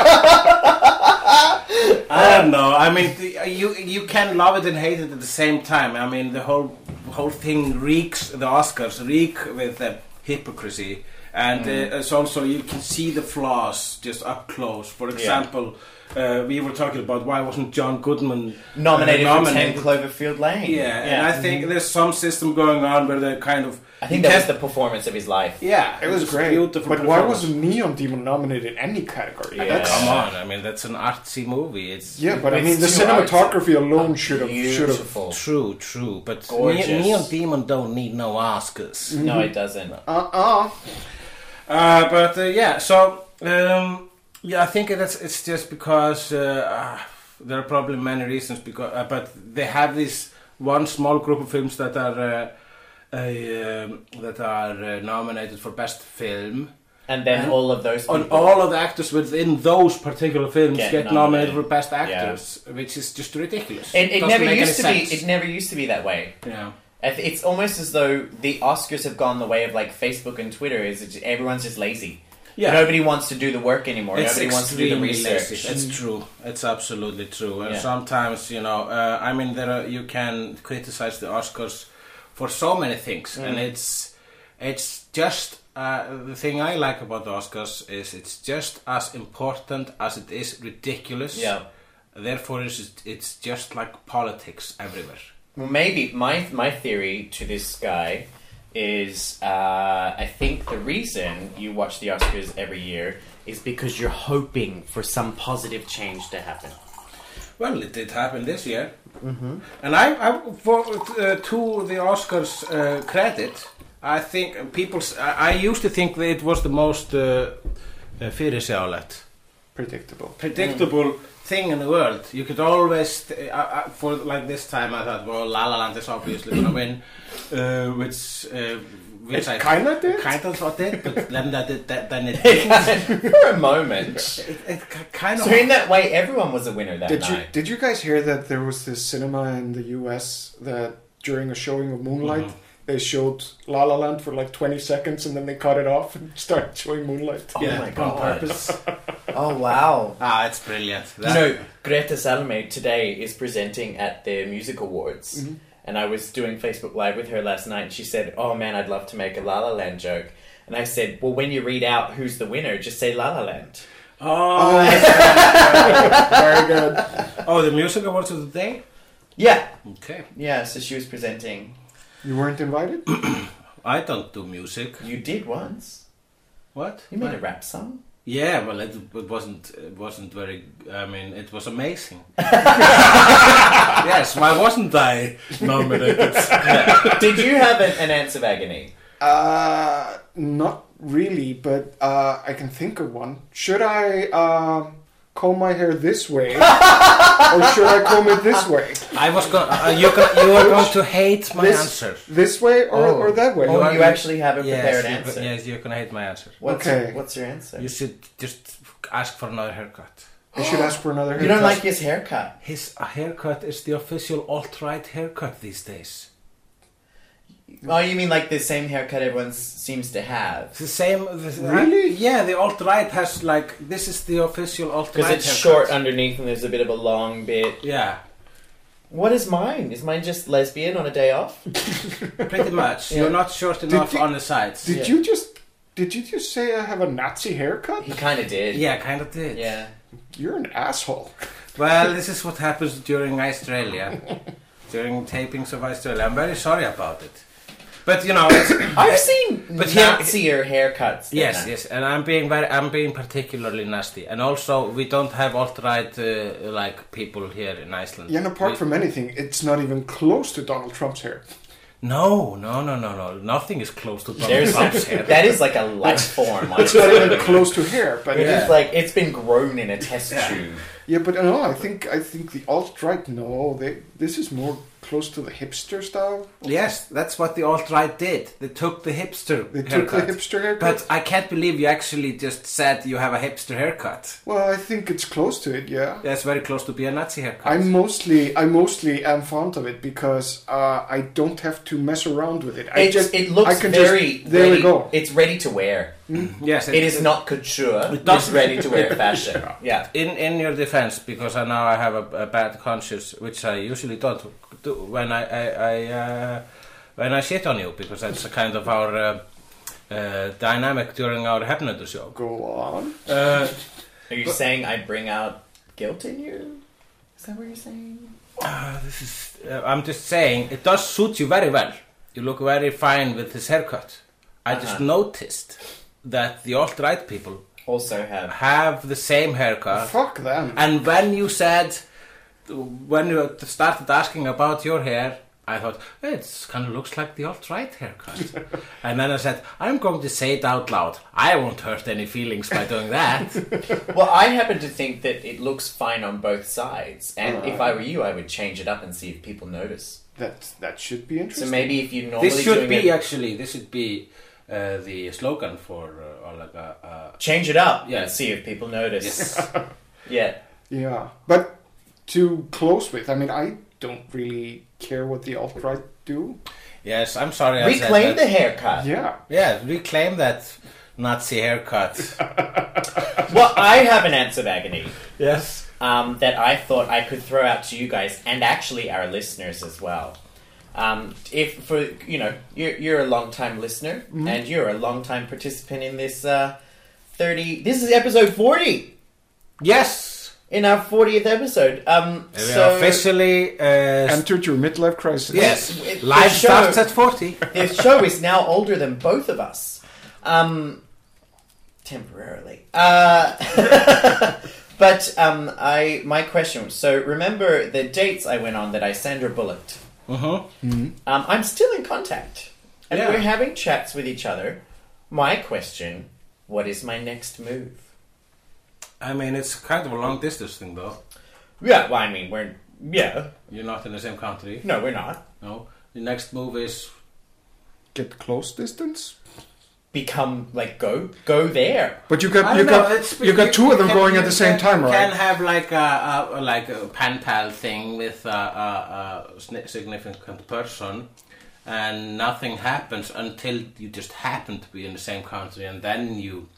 I don't know. I mean, the, you you can love it and hate it at the same time. I mean, the whole whole thing reeks. The Oscars reek with uh, hypocrisy, and
Mm-hmm.
uh, it's also you can see the flaws just up close. For example. Uh, we were talking about why wasn't John Goodman uh,
Nominated,
nominated?
for 10 Cloverfield Lane.
Yeah, and I think there's some system going on where they're kind of.
Mm-hmm. I think that was the performance of his life.
Yeah,
It was great.
Beautiful
But why
performance.
was Neon Demon nominated in any category?
Yeah.
That's-
Come on, I mean that's an artsy movie. It's
yeah, but I
it's
mean the
too
cinematography alone should have should have.
Beautiful.
artsy. True, true, but
Gorgeous.
Ne- Neon Demon don't need no Oscars.
No, it doesn't.
Uh uh
Mm-hmm. Uh, but uh, yeah, so um, yeah, I think that's it's just because uh, ah, there are probably many reasons. Because uh, but they have this one small group of films that are uh, uh, um, that are uh, nominated for best film.
And then all of those
on
people.
all of the actors within those particular films
Get
get, nominated.
nominated.
for best actors, which is just ridiculous.
It, it
Doesn't
never
make
used to
any
be.
sense.
It never used to be that way.
yeah.
I th- It's almost as though the Oscars have gone the way of like Facebook and Twitter. Is it- everyone's just lazy?
Yeah.
Nobody wants to do the work anymore.
It's
Nobody wants to do the
extremely
research.
lazy. It's true. It's absolutely true. And
Yeah.
sometimes, you know, uh, I mean, there are, you can criticize the Oscars for so many things, and it's it's just uh, the thing I like about the Oscars is it's just as important as it is ridiculous.
Yeah.
Therefore, it's it's just like politics everywhere.
Well, maybe my my theory to this guy is uh, I think the reason you watch the Oscars every year is because you're hoping for some positive change to happen.
Well, it did happen this year,
Mm-hmm.
and I, I for uh, to the Oscars uh, credit, I think people. s- I, I used to think that it was the most uh, uh, fyrirsjálet,
Predictable.
Mm.
predictable thing in the world. You could always uh, I, I, for like this time. I thought, well, La La Land is obviously going to win, uh, which uh, which I
Kind of did.
kind of thought it, but then that it, that, then it didn't.
for a moment.
it, it ki- kind of.
So in that way, everyone was a winner that
Did you
night.
did you guys hear that there was this cinema in the U.S. that during a showing of Moonlight
Mm-hmm.
they showed La La Land for like 20 seconds and then they cut it off and started showing Moonlight.
Oh
yeah,
my
on
God.
purpose.
Oh wow.
ah, it's brilliant.
You
That-
know, Greta Salome today is presenting at the Music Awards.
Mm-hmm.
And I was doing Facebook Live with her last night, and she said, Oh man, I'd love to make a La La Land joke. And I said, Well, when you read out who's the winner, just say La La Land.
Oh,
Very good.
oh, the music awards of the day.
Yeah.
Okay,
Yeah, so she was presenting.
You weren't invited.
I don't do music.
You did once.
What?
You made a rap song?
Yeah, well, it, it wasn't. It wasn't very. I mean, it was amazing. yes, why wasn't I nominated?
did you have an, an Ants of Agony?
Uh, not really, but uh, I can think of one. Should I uh, comb my hair this way, or should I comb it this way?
I was going. Uh, you're gonna, you are going to hate my
This,
answer.
this way, or, or that way?
Oh,
I
you
mean-
actually haven't
Yes,
prepared
you-
an answer.
yes, you're gonna hate my answer.
What's,
Okay.
what's your answer?
You should just ask for another haircut.
I should ask for another.
You don't
haircut.
like his haircut.
His haircut is the official alt-right haircut these days.
Oh, you mean like the same haircut everyone s- seems to have?
It's the same. The,
Really?
yeah, the alt right has like this is the official alt right.
Because it's short underneath and there's a bit of a long bit.
Yeah,
What is mine? Is mine just lesbian on a day off?
pretty much.
Yeah.
You're not short enough
you-
on the sides.
Did
Yeah.
you just? Did you just say I have a Nazi haircut?
He kind of did.
yeah, kind of did.
Yeah.
You're an asshole.
Well, this is what happens during Australia, during tapings of Australia. I'm very sorry about it, but you know, it's,
I've seen
But he-
Nazier haircuts. than
yes,
that.
yes, and I'm being very, I'm being particularly nasty, and also we don't have alt right uh, like people here in Iceland.
Yeah, and apart
We-
from anything, it's not even close to Donald Trump's hair.
no, no, no, no, no, nothing is close to Donald
There's
Trump's hair.
that is like a life form. Like,
It's not even close to hair, but
It
yeah.
is like it's been grown in a test tube.
Yeah, but no, I think I think the alt right. No, they this is more close to the hipster style.
Yes, that's what the alt right did. They took the hipster
They took the
haircut.
hipster haircut.
But I can't believe you actually just said you have a hipster haircut.
well, I think it's close to it. Yeah,
That's very close to be a Nazi haircut.
I mostly I mostly am fond of it because uh, I don't have to mess around with it. I
It's,
just
it looks
I can
very.
Just, there
ready,
we go.
It's ready to wear.
yes,
It is not couture. It's
doesn't-
ready to wear fashion. Yeah.
In in your defense, because I now I have a, a bad conscience, which I usually don't do when I I, I uh, when I shit on you, because that's a kind of our uh, uh, dynamic during our Hepnader show.
Go on.
Uh,
Are you saying I bring out guilt in you? Is that what you're saying?
Uh, this is. Uh, I'm just saying, it does suit you very well. You look very fine with this haircut. I just
Uh-huh.
noticed that the alt right people
Also have.
have the same haircut.
Fuck them.
And when you said, when you started asking about your hair, I thought it kind of looks like the alt right haircut. and then I said, I'm going to say it out loud. I won't hurt any feelings by doing that.
Well, I happen to think that it looks fine on both sides, and if I were you, I would change it up and see if people notice.
That that should be
So
interesting.
maybe if you normally
this should
doing
be
it,
actually. This should be. Uh, the slogan for uh, or like a, a
change it up,
Yeah.
and see if people notice. yeah.
Yeah, but to close with, I mean, I don't really care what the alt right do.
Yes, I'm sorry. I said
Reclaim the
that.
haircut.
Yeah,
Yeah, reclaim that Nazi haircut.
Well, I have an answer of agony.
yes.
um, that I thought I could throw out to you guys and actually our listeners as well. Um, if for you know you're, you're a long time listener and you're a long time participant in this uh, thirty. This is episode forty.
Yes.
in our 40th episode. Um,
And we
so
are officially. Uh,
Entered your midlife crisis.
yes,
It- the
life
show-
starts at 40.
the show is now older than both of us. Um, temporarily. Uh, but um, I my question was so remember the dates I went on that I Sandra Bullocked.
Uh-huh.
Um, I'm still in contact, and
Yeah.
we're having chats with each other. My question: What is my next move?
I mean, it's kind of a long distance thing, though.
Yeah, well, I mean, we're yeah,
You're not in the same country.
no, we're not.
No. The next move is
Get close distance.
Become like go go there.
But you
I
got you
don't know,
got
it's-
you got two of them
can-
going at
you
the same
can-
time,
Can
right?
have like a, a like a pen pal thing with a, a, a sni- significant person, and nothing happens until you just happen to be in the same country, and then you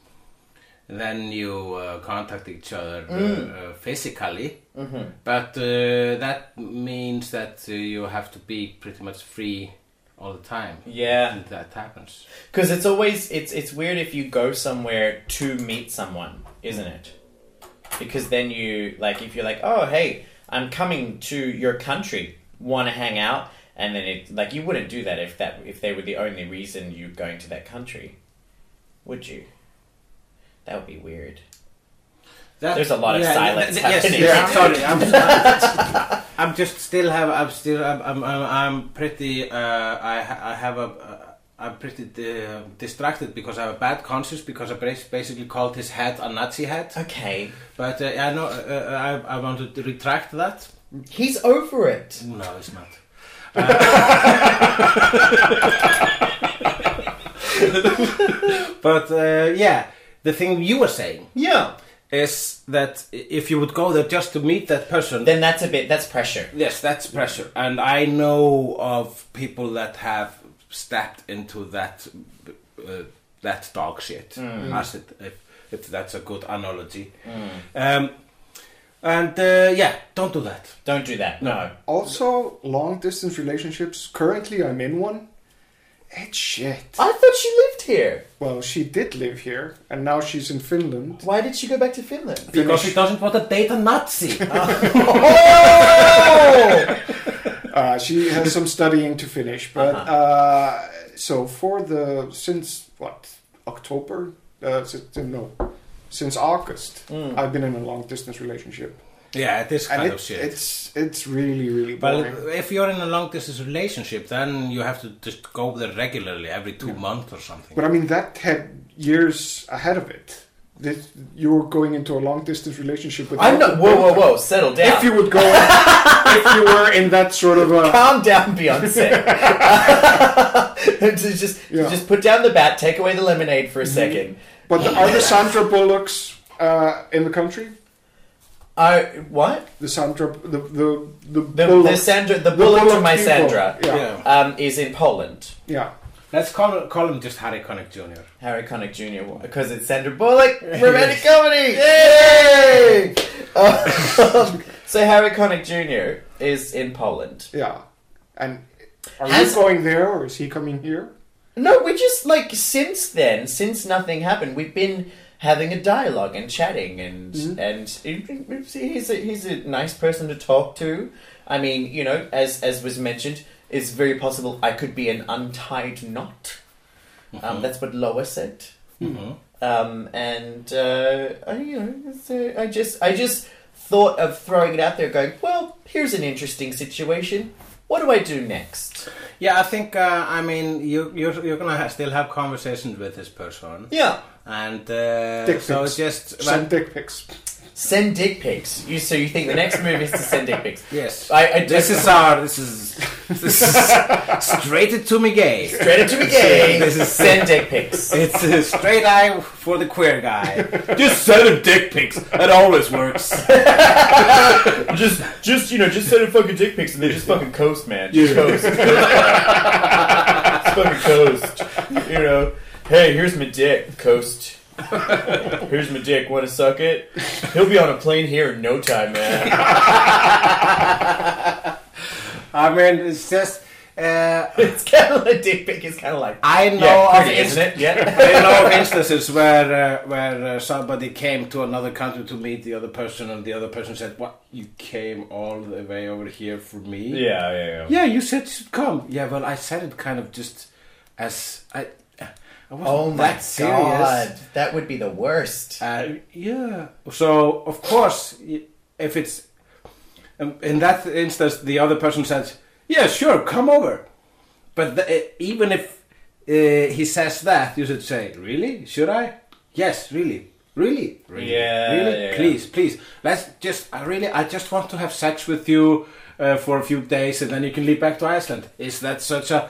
then you uh, contact each other
Mm.
uh, uh, physically.
Mm-hmm.
But uh, that means that uh, you have to be pretty much free all the time.
Yeah,
And that happens.
because it's always it's it's weird if you go somewhere to meet someone, isn't it? Because then you like if you're like, oh hey, I'm coming to your country, want to hang out, and then it like you wouldn't do that if that if they were the only reason you going to that country, would you? That would be weird.
That-
There's a lot of silence happening.
Yes, sorry, I'm, I'm just still have I'm still I'm I'm, I'm, I'm pretty uh, I ha- I have a uh, I'm pretty uh, distracted because I have a bad conscience because I bas- basically called his head a Nazi head.
Okay,
But uh, I know uh, I I want to retract that.
he's over it.
No, it's not. Uh, but uh, yeah, the thing you were saying
Yeah.
is that if you would go there just to meet that person,
Then that's a bit that's pressure.
yes, that's pressure. And I know of people that have stepped into that uh, that dog shit,
Mm.
as it, if, if that's a good analogy. Um, and uh, yeah, don't do that.
Don't do that. No.
Also, long distance relationships. Currently, I'm in one. It's shit.
I thought she lived here.
Well, she did live here, and now she's in Finland.
Why did she go back to Finland?
Because he doesn't want to date a Nazi.
Uh, she has some studying to finish, but
Uh-huh.
uh, so for the since what October? Uh, si- no, since August,
Hmm.
I've been in a long distance relationship,
yeah, it is kind
and
of
it,
shit.
it's it's really really boring.
Well, if you're in a long distance relationship, then you have to just go there regularly every two months or something.
But I mean, that had years ahead of it. This, you were going into a long distance relationship with.
I'm not. Whoa, whoa, whoa! Settle down.
If you would go, if you were in that sort of uh, a.
calm down, Beyonce. To just,
Yeah.
just put down the bat, take away the lemonade for a second.
But the, are the Sandra Bullocks uh, in the country?
I what
The Sandra, the the
the,
the,
the
Bullocks-
Sandra the,
the
bullet
Bullock
to my
people.
Sandra
Yeah. yeah,
Yeah.
um, is in Poland.
Let's call, call him just Harry Connick Jr.
Harry Connick Jr. because it's Sandra Bullock romantic comedy. Yay! Um, so Harry Connick Jr. is in Poland.
yeah. And are
Has-
you going there, or is he coming here?
No, we just like since then, since nothing happened, we've been having a dialogue and chatting, and and it- it- it's- he's a, he's a nice person to talk to. I mean, you know, as as was mentioned, it's very possible I could be an untied knot. Um, that's what Loa said.
Hmm.
Mm-hmm.
Um, and uh, I, you know, it's, uh, I just I just thought of throwing it out there, going, well, here's an interesting situation. What do I do next?
Yeah, I think uh, I mean you you're, you're gonna ha- still have conversations with this person,
Yeah.
and uh,
Dick
so
pics.
just
Send dick pics.
Send dick pics. You so you think the next move is to send dick pics?
yes.
I, I
this is our this is this is straight it to me gay.
straight into the gay.
This is-
send dick pics.
It's a straight eye for the queer guy.
Just send him dick pics. That always works.
Just just you know just send fucking dick pics and they just fucking coast man. Just coast. just fucking coast. You know. Hey, here's my dick. Coast. Here's my dick. Want to suck it? He'll be on a plane here in no time, man.
I mean, it's just Uh,
It's kind of a dick pic. It's kind of like
I know
yeah,
of
pretty,
inst-
isn't it? Yeah.
I know of instances where uh, where uh, somebody came to another country to meet the other person, and the other person said, "What? You came all the way over here for me?
Yeah, yeah,
Yeah, you said you should come. Yeah, well, I said it kind of just as I. I wasn't
Oh my
that serious.
god, that would be the worst.
Uh, yeah. So of course, y- if it's um, in that instance, the other person says, "Yeah, sure, come over," but th- uh, even if uh, he says that, you should say, "Really? Should I? Yes, really." Really, really,
Yeah,
really,
yeah, yeah.
please, please. Let's just. I really, I just want to have sex with you uh, for a few days, and then you can leave back to Iceland. Is that such a,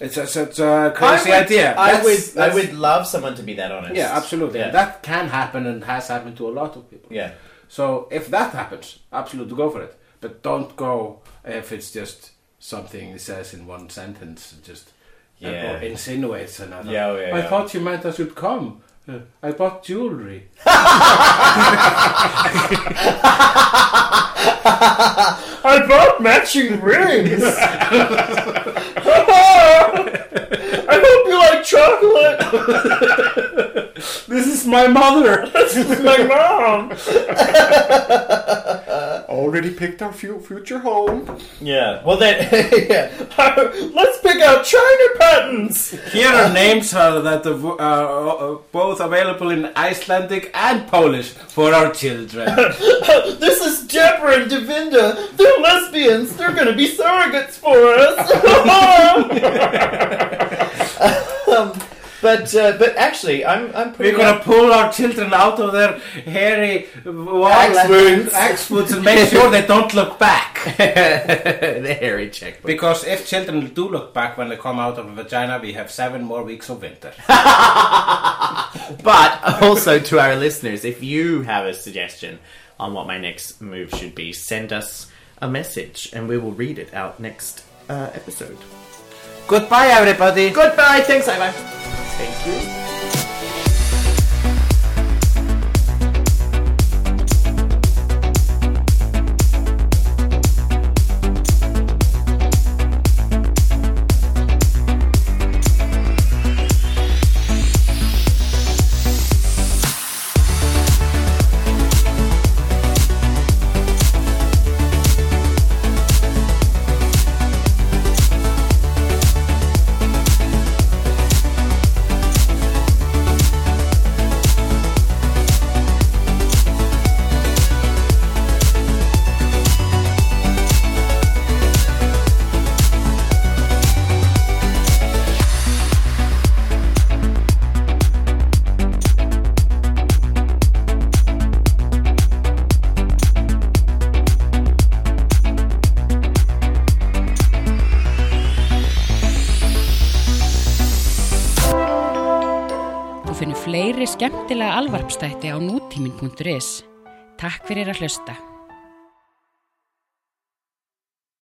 it's a, such a crazy
I would,
idea?
I
Uh, That's-
would, I
that's-
would love someone to be that honest.
yeah, absolutely.
Yeah.
That can happen and has happened to a lot of people.
Yeah.
So if that happens, absolutely go for it. But don't go if it's just something he says in one sentence, just uh,
Yeah.
or insinuates another.
Yeah, oh, yeah,
I
yeah.
thought you meant I should come. Uh, I bought jewelry.
I bought matching rings. I hope you like chocolate.
This is my mother.
My mom.
Already picked our fu- future home.
Yeah. Well then, yeah. Let's pick out China patterns.
Here are names uh, that are vo- uh, uh, both available in Icelandic and Polish for our children.
This is Deborah and Devinda. They're lesbians. They're gonna be surrogates for us. um, but uh, but actually, I'm I'm pretty.
We're gonna pull our children out of their hairy wall
Axe
and-
wounds.
axe wounds and make sure they don't look back.
the hairy check.
Because if children do look back when they come out of a vagina, we have seven more weeks of winter.
But also to our listeners, if you have a suggestion on what my next move should be, send us a message and we will read it out next uh, episode.
Goodbye, everybody.
Goodbye. Thanks. Bye bye. Thank you.
Þú finnur fleiri skemmtilega alvarpstætti á nútímin.is. Takk fyrir að hlusta.